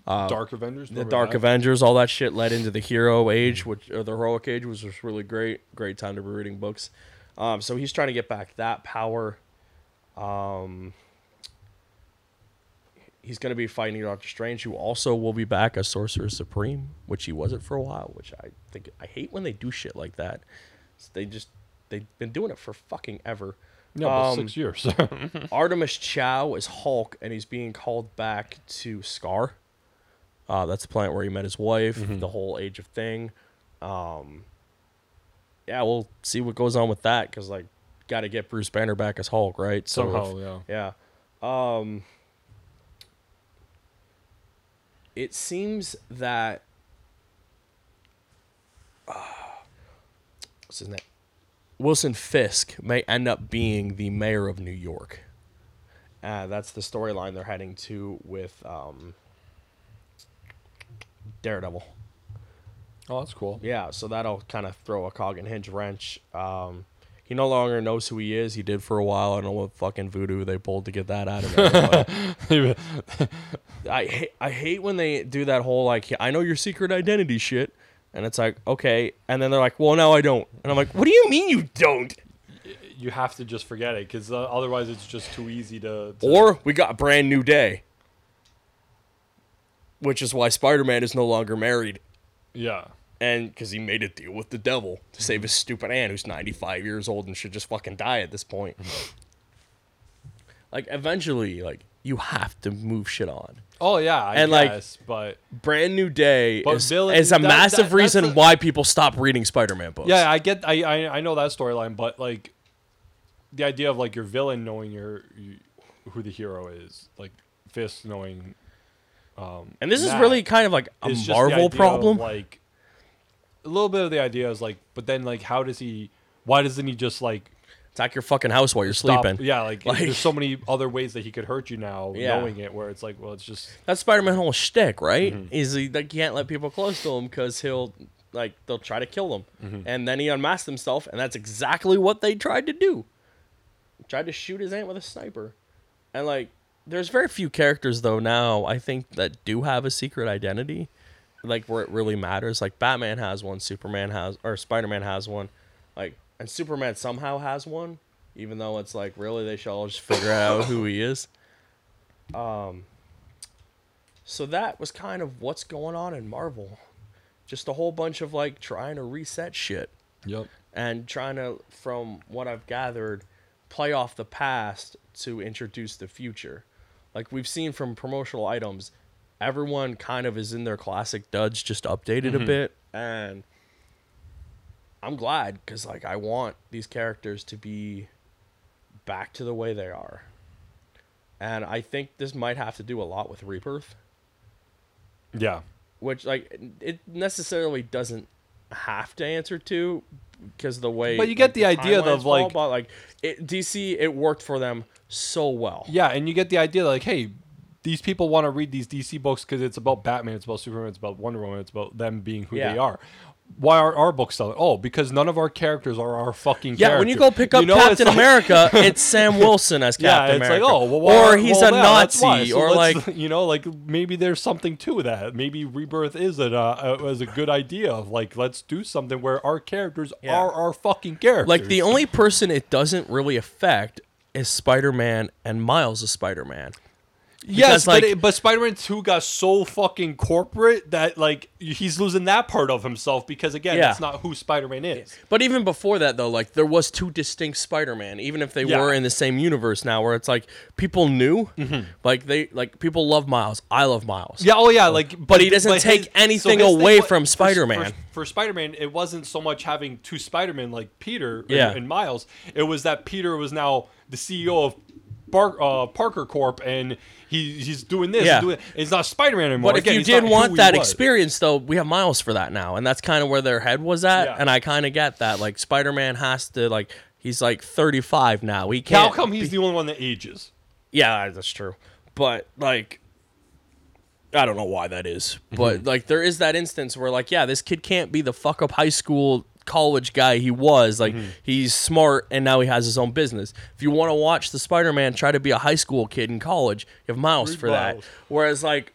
Dark Avengers. Uh, the remember Dark that? Avengers, all that shit led into the Hero Age, which or the Heroic Age, which was really great. Great time to be reading books. Um, so he's trying to get back that power. Um, he's going to be fighting Doctor Strange, who also will be back as Sorcerer Supreme, which he wasn't for a while. Which I think I hate when they do shit like that. They just they've been doing it for fucking ever. No, but Um, six years. Artemis Chow is Hulk, and he's being called back to Scar. Uh, that's the planet where he met his wife. The whole Age of Thing. Um, yeah, we'll see what goes on with that because like, got to get Bruce Banner back as Hulk, right? So if- Somehow, yeah. yeah. Um, it seems that. uh, what's his name? Wilson Fisk may end up being the mayor of New York. Uh, that's the storyline they're heading to with um, Daredevil. Oh, that's cool. Yeah, so that'll kind of throw a cog and hinge wrench. Um, he no longer knows who he is. He did for a while. I don't know what fucking voodoo they pulled to get that out of him. but I hate, I hate when they do that whole like I know your secret identity shit, and it's like okay, and then they're like, well, no, I don't, and I'm like, what do you mean you don't? you have to just forget it because uh, otherwise it's just too easy to. to Or we got a brand new day, which is why Spider-Man is no longer married, yeah. and because he made a deal with the devil to save his stupid aunt who's 95 years old and should just fucking die at this point. like eventually, like you have to move shit on. Oh yeah, I And, like- guess, but Brand New Day But is, Billy- is a that- that- massive that's reason the- why people stop reading Spider-Man books. yeah, I get, I, I, I know that storyline, but like, the idea of like your villain knowing your, you, who the hero is, like Fist knowing, and this is that really kind of like a is just the idea Marvel of, problem. like, a little bit of the idea is like, but then like, how does he? Why doesn't he just like Attack your fucking house while you're stop? sleeping. Yeah, like, Like- there's so many other ways that he could hurt you now, Yeah. knowing it. Where it's like, well, it's just That's Spider-Man whole shtick, right? Is he they can't let people close to him because he'll like they'll try to kill him, and then he unmasked himself, and that's exactly what they tried to do. Tried to shoot his aunt with a sniper, and like there's very few characters though now I think that do have a secret identity, like where it really matters. Like Batman has one, Superman has, or Spider-Man has one, like and Superman somehow has one, even though it's like really they should all just figure out who he is. So that was kind of what's going on in Marvel. Just a whole bunch of like trying to reset shit yep. and trying to, from what I've gathered, play off the past to introduce the future. Like we've seen from promotional items, everyone kind of is in their classic duds, just updated a bit. And I'm glad because, like, I want these characters to be back to the way they are. And I think this might have to do a lot with Rebirth Yeah. which like it necessarily doesn't have to answer to because the way But you get like, the idea timelines of, fall, like- but like it, dc it worked for them so well Yeah, and you get the idea like, hey, these people want to read these DC books because it's about Batman, it's about Superman, it's about Wonder Woman, it's about them being who Yeah. they are. Why are our books selling? Oh, because none of our characters are our fucking Yeah, when you go character. pick up know, it's Captain like- America, it's Sam Wilson as Yeah, Captain it's America, like, oh, well, why or aren't- he's well, a yeah, that's why. Nazi, So or like let's- you know, like maybe there's something to that. Maybe Rebirth is an, uh, uh, is a good idea of like let's do something where our characters Yeah. are our fucking characters. Like the only person it doesn't really affect is Spider-Man and Miles is Spider-Man. Yes, like- but, it- but Spider-Man Two got so fucking corporate that like he's losing that part of himself because again, Yeah. that's not who Spider-Man is. But even before that, though, like there was two distinct Spider-Man, even if they Yeah. were in the same universe now, where it's like people knew, like they like people love Miles. I love Miles. Mm-hmm. Yeah, oh yeah, like but, he doesn't take anything his thing away wa- from for- Spider-Man. For, for Spider-Man, it wasn't so much having two Spider-Men like Peter and- Yeah. and, Miles. It was that Peter was now the CEO E of Bar- uh, Parker Corp, and he he's doing this. Yeah. Yeah. Doing, it's not Spider Man anymore. But if Again, you it's did not who want he that was. experience, though, we have Miles for that now, and that's kind of where their head was at. Yeah. And I kind of get that. Like Spider Man has to like he's like 35 now. He how can't. come he's the only one that ages? Yeah, that's true. But like, I don't know why that is. Mm-hmm. But like, there is that instance where like, yeah, this kid can't be the fuck up high school college guy he was. Like, Mm-hmm. he's smart and now he has his own business. If you want to watch the Spider Man try to be a high school kid in college, you have Miles Read for that. Miles. Whereas like.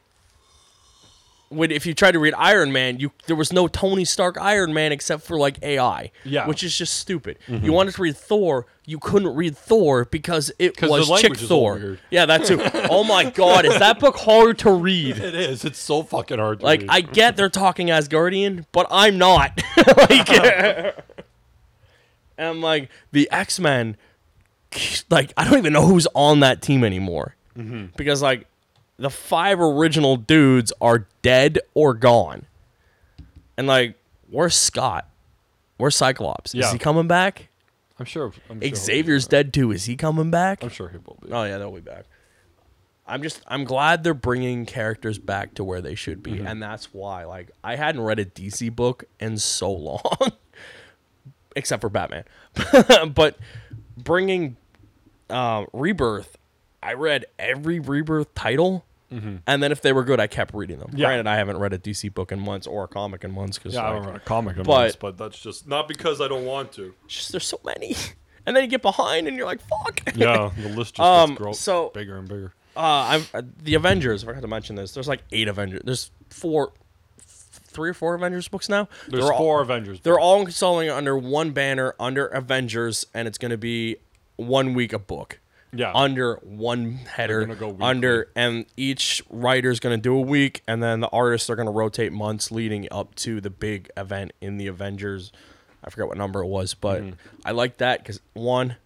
When, if you tried to read Iron Man, you there was no Tony Stark Iron Man except for like AI, Yeah. Mm-hmm. which is just stupid. You wanted to read Thor, you couldn't read Thor because it 'Cause was the Chick language is all Thor. weird. Yeah, that too. Oh my god, is that book hard to read? It is. It's so fucking hard. To Like read. I get they're talking Asgardian, but I'm not. like, and I'm like the X Men. Like I don't even know who's on that team anymore Mm-hmm. because like the five original dudes are dead or gone, and like where's Scott? Where's Cyclops? Is Yeah. he coming back? I'm sure. I'm sure Xavier's dead too. Is he coming back? I'm sure he will be. Oh yeah, they'll be back. I'm just I'm glad they're bringing characters back to where they should be, Mm-hmm. and that's why like I hadn't read a DC book in so long, except for Batman. but bringing uh, Rebirth, I read every Rebirth title, and then if they were good, I kept reading them. Mm-hmm. Yeah. Granted, I haven't read a DC book in months or a comic in months because Yeah, I don't read a comic in But- months, but that's just not because I don't want to. just there's so many, and then you get behind and you're like fuck. Yeah, the list just Um, gets grow- so- bigger and bigger. uh, I've, uh, the Avengers. I forgot to mention this. There's like eight Avengers. There's four, three or four Avengers books now. There's they're four All, Avengers. they're all selling under one banner under Avengers, and it's going to be one week a book. Yeah. Under one header. gonna go weekly. under and each writer's going to do a week, and then the artists are going to rotate months leading up to the big event in the Avengers. I forget what number it was, but Mm-hmm. I like that because one.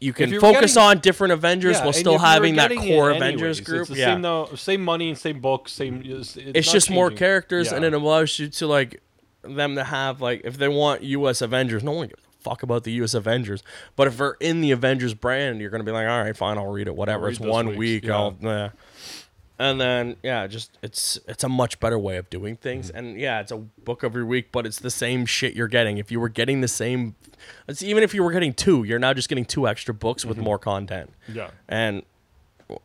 You can you're focus getting- on different Avengers while and still if you were having that getting it core anyways, Avengers group. It's the yeah, same, though, same money and same books. Same. It's, it's not just more changing. characters, and Yeah. it allows you to like them to have like if they want U.S. Avengers, no one gives a fuck about the U.S. Avengers. But if they're in the Avengers brand, you're gonna be like, all right, fine, I'll read it. Whatever. read It's those one weeks, week. yeah. I'll. Yeah. And then yeah, just it's it's a much better way of doing things. Mm-hmm. And yeah, it's a book every week, but it's the same shit you're getting. If you were getting the same, it's even if you were getting two, you're now just getting two extra books with Mm-hmm. more content Yeah. and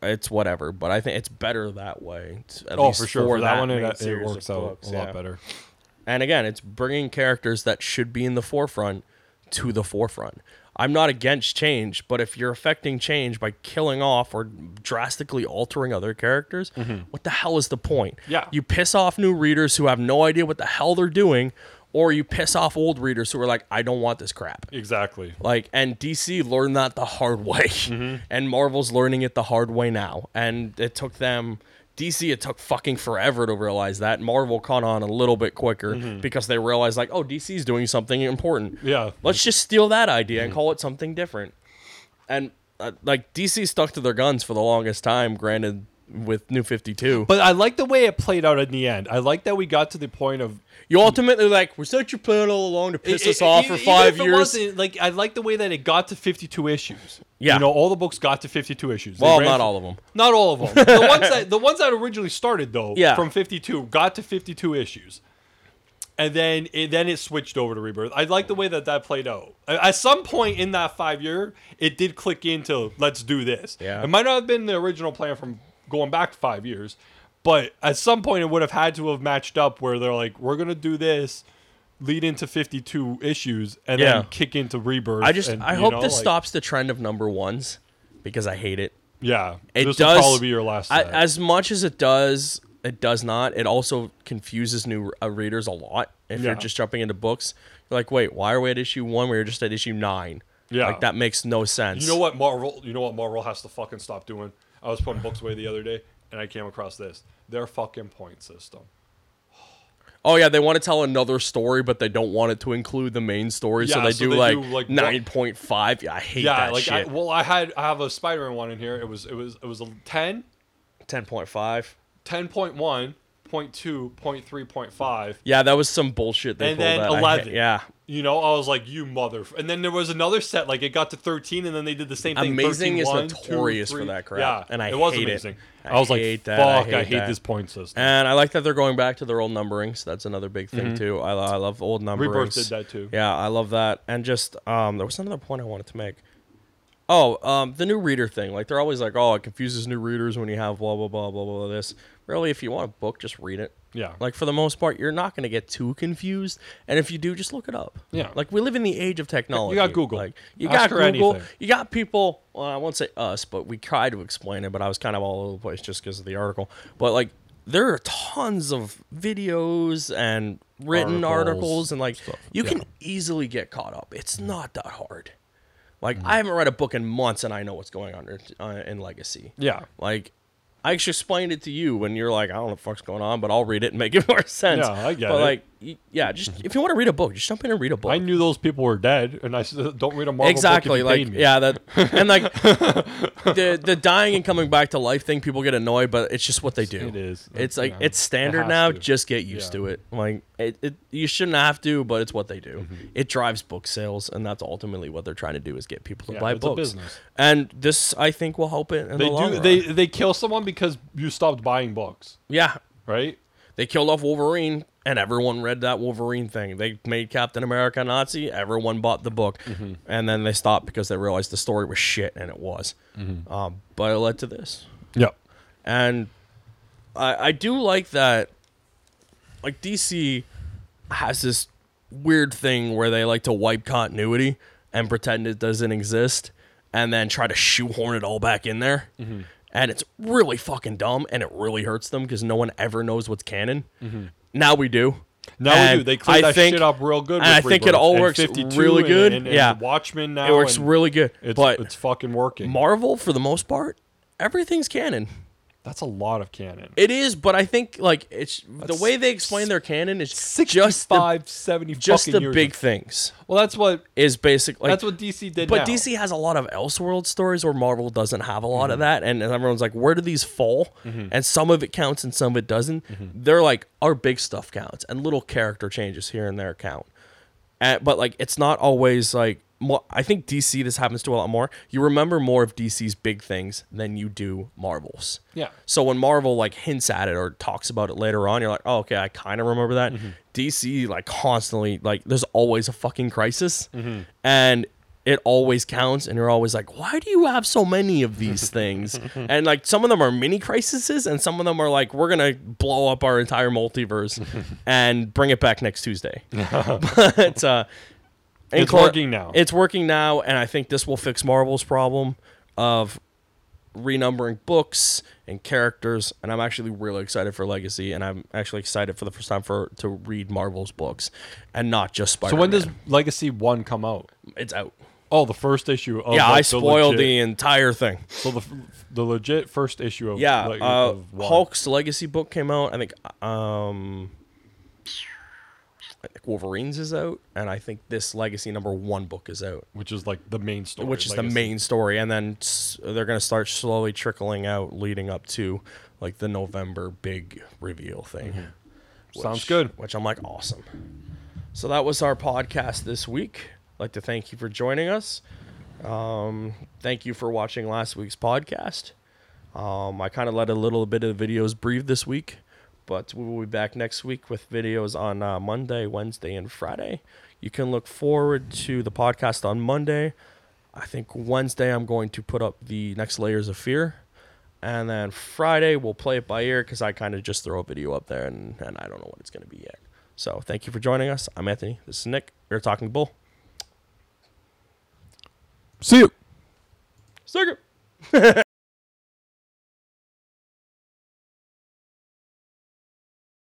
it's whatever. But I think it's better that way. It's at Oh, least for sure. For that, one, main it, it series of works out books, a lot yeah. better. And again, it's bringing characters that should be in the forefront to the forefront. I'm not against change, but if you're affecting change by killing off or drastically altering other characters, what the hell is the point? Mm-hmm. Yeah. You piss off new readers who have no idea what the hell they're doing, or you piss off old readers who are like, I don't want this crap. Exactly. Like, and DC learned that the hard way, Mm-hmm. and Marvel's learning it the hard way now. And it took them, DC, it took fucking forever to realize that. Marvel caught on a little bit quicker because they realized, like, oh, DC's doing something important. Mm-hmm. Yeah. Mm-hmm. Let's just steal that idea and call it something different. And, uh, like, DC stuck to their guns for the longest time, granted, with New 52. But But I like the way it played out in the end. I like that we got to the point of you ultimately, like, was that your plan all along to piss E- us e- off e- for even five if it years? wasn't, Like I like the way that it got to fifty-two issues. Yeah. you know, all the books got to fifty-two issues. They Well, ran not for- all of them. Not all of them. the ones that the ones that originally started though, Yeah. from fifty-two got to fifty-two issues, and then it, then it switched over to Rebirth. I like the way that that played out. A- At some point in that five-year, it did click into let's do this. Yeah. it might not have been the original plan from going back five years. But at some point, it would have had to have matched up where they're like, "We're gonna do this, lead into 52 issues and Yeah. then kick into rebirth. I just, and, I you hope know, this like- stops the trend of number ones because I hate it. Yeah, It this does will probably be your last. I, set. as much as it does, it does not. It also confuses new uh, readers a lot. If you're Yeah. just jumping into books, you're like, wait, why are we at issue one? We were just at issue nine. Yeah. like that makes no sense. you know what Marvel? You know what Marvel has to fucking stop doing? I was putting books away the other day and I came across this. Their fucking point system. Oh yeah, they want to tell another story, but they don't want it to include the main story, so Yeah, they so do they like, do, like, what- nine point five. Yeah, I hate Yeah, that like I, shit. well, I had I have a Spider-Man one in here. It was it was it was a 10, Ten point five. 10.1 point two, point three, point five. Yeah, that was some bullshit. They And pulled then out. I hate- 11. yeah, You know, I was like, you mother. And then there was another set, like it got to 13, and then they did the same thing. Amazing 13, is one, two, notorious for three. that crap, Yeah, and I it was hate it. amazing. I I, was like, hate fuck, that, I I hate, hate that. this point system. and I like that they're going back to their old numberings. that's another big thing too. I, lo- I love old numberings. Rebirth Mm-hmm. did that too. Yeah, I love that. And just um, there was another point I wanted to make. Oh, um, the new reader thing. Like they're always like, oh, it confuses new readers when you have blah blah blah blah blah this. Really, if you want a book, just read it. Yeah. Like for the most part, you're not going to get too confused, and if you do, just look it up. Yeah. Like we live in the age of technology. Google. Like you Ask got her Google. anything. You got people. Well, I won't say us, but we tried to explain it, but I was kind of all over the place just because of the article. But like, there are tons of videos and written Articles, articles, and like you yeah. can easily get caught up. It's not that hard. Like Mm. I haven't read a book in months, and I know what's going on in- uh, in Legacy. yeah. Like, I actually explained it to you when you're like, I don't know what the fuck's going on, but I'll read it and make it more sense. Yeah, I get but it. like, y- yeah, just if you want to read a book, just jump in and read a book. I knew those people were dead, and I said, don't read a Marvel book if exactly. you Like, paid me. yeah, that and like the the dying and coming back to life thing. People get annoyed, but it's just what they do. It is. It's like Yeah. it's standard has now. to. Just get used Yeah. to it. Like, it, it you shouldn't have to, but it's what they do. Mm-hmm. It drives book sales, and that's ultimately what they're trying to do is get people to Yeah, buy it's a books. business. And this, I think, will help it. In They the long do. run. They they kill someone because you stopped buying books, yeah. right? They killed off Wolverine, and everyone read that Wolverine thing. They made Captain America a Nazi. Everyone bought the book, and then they stopped because they realized the story was shit, and it was. Um, but it led to this, Yep. and I, I do like that. Like DC has this weird thing where they like to wipe continuity and pretend it doesn't exist, and then try to shoehorn it all back in there. Mm-hmm. And it's really fucking dumb, and it really hurts them because no one ever knows what's canon. Now we do. Mm-hmm. Now we And do. They clean I that think- shit up real good. and I with think it Rebirth all and works 52 really and- good. And, and Yeah. Watchmen now. It works and really good, It's but it's fucking working. Marvel for the most part, everything's canon. That's a lot of canon. It is, but I think like it's That's the way they explain their canon is just the, 65, 70 just fucking the years big of- things well, that's what is basically that's what DC did. But now. DC has a lot of Elseworld stories where Marvel doesn't have a lot of that, Mm-hmm. and everyone's like, "Where do these fall?" And some of it counts, and some of it doesn't. Mm-hmm. They're like, "Our big stuff counts, and little character changes here and there count." And, but like, it's not always like. mo- I think DC this happens to a lot more. You remember more of DC's big things than you do Marvel's. Yeah. So when Marvel like hints at it or talks about it later on, you're like, oh, okay, I kind of remember that. DC like constantly like there's always a fucking crisis, and it always counts, and you're always like, why do you have so many of these things? and like some of them are mini crises, and some of them are like, we're gonna blow up our entire multiverse and bring it back next Tuesday. but uh, in It's working now. It's working now, and I think this will fix Marvel's problem of renumbering books and characters and I'm actually really excited for Legacy and I'm actually excited for the first time for to read Marvel's books and not just Spider-Man. So when does Legacy One come out? it's out. Oh, the first issue. Of yeah, like, I spoiled the. the legit- entire thing. So the f- the legit first issue of Yeah, like, uh, of one. Hulk's Legacy book came out. I think um I think Wolverine's is out and I think this Legacy number 1 book is out. which is like the main story, which is the Legacy. main story and then s- they're going to start slowly trickling out leading up to like the november big reveal thing Sounds which- good. which i'm like awesome so that was our podcast this week I'd like to thank you for joining us um, thank you for watching last week's podcast um, i kind of let a little bit of the videos breathe this week but we will be back next week with videos on uh, monday wednesday and friday you can look forward to the podcast on monday I think Wednesday I'm going to put up the next layers of fear, and then Friday we'll play it by ear because I kind of just throw a video up there and, and I don't know what it's going to be yet. So thank you for joining us. I'm Anthony. This is Nick. We're talking bull. See you. Sugar.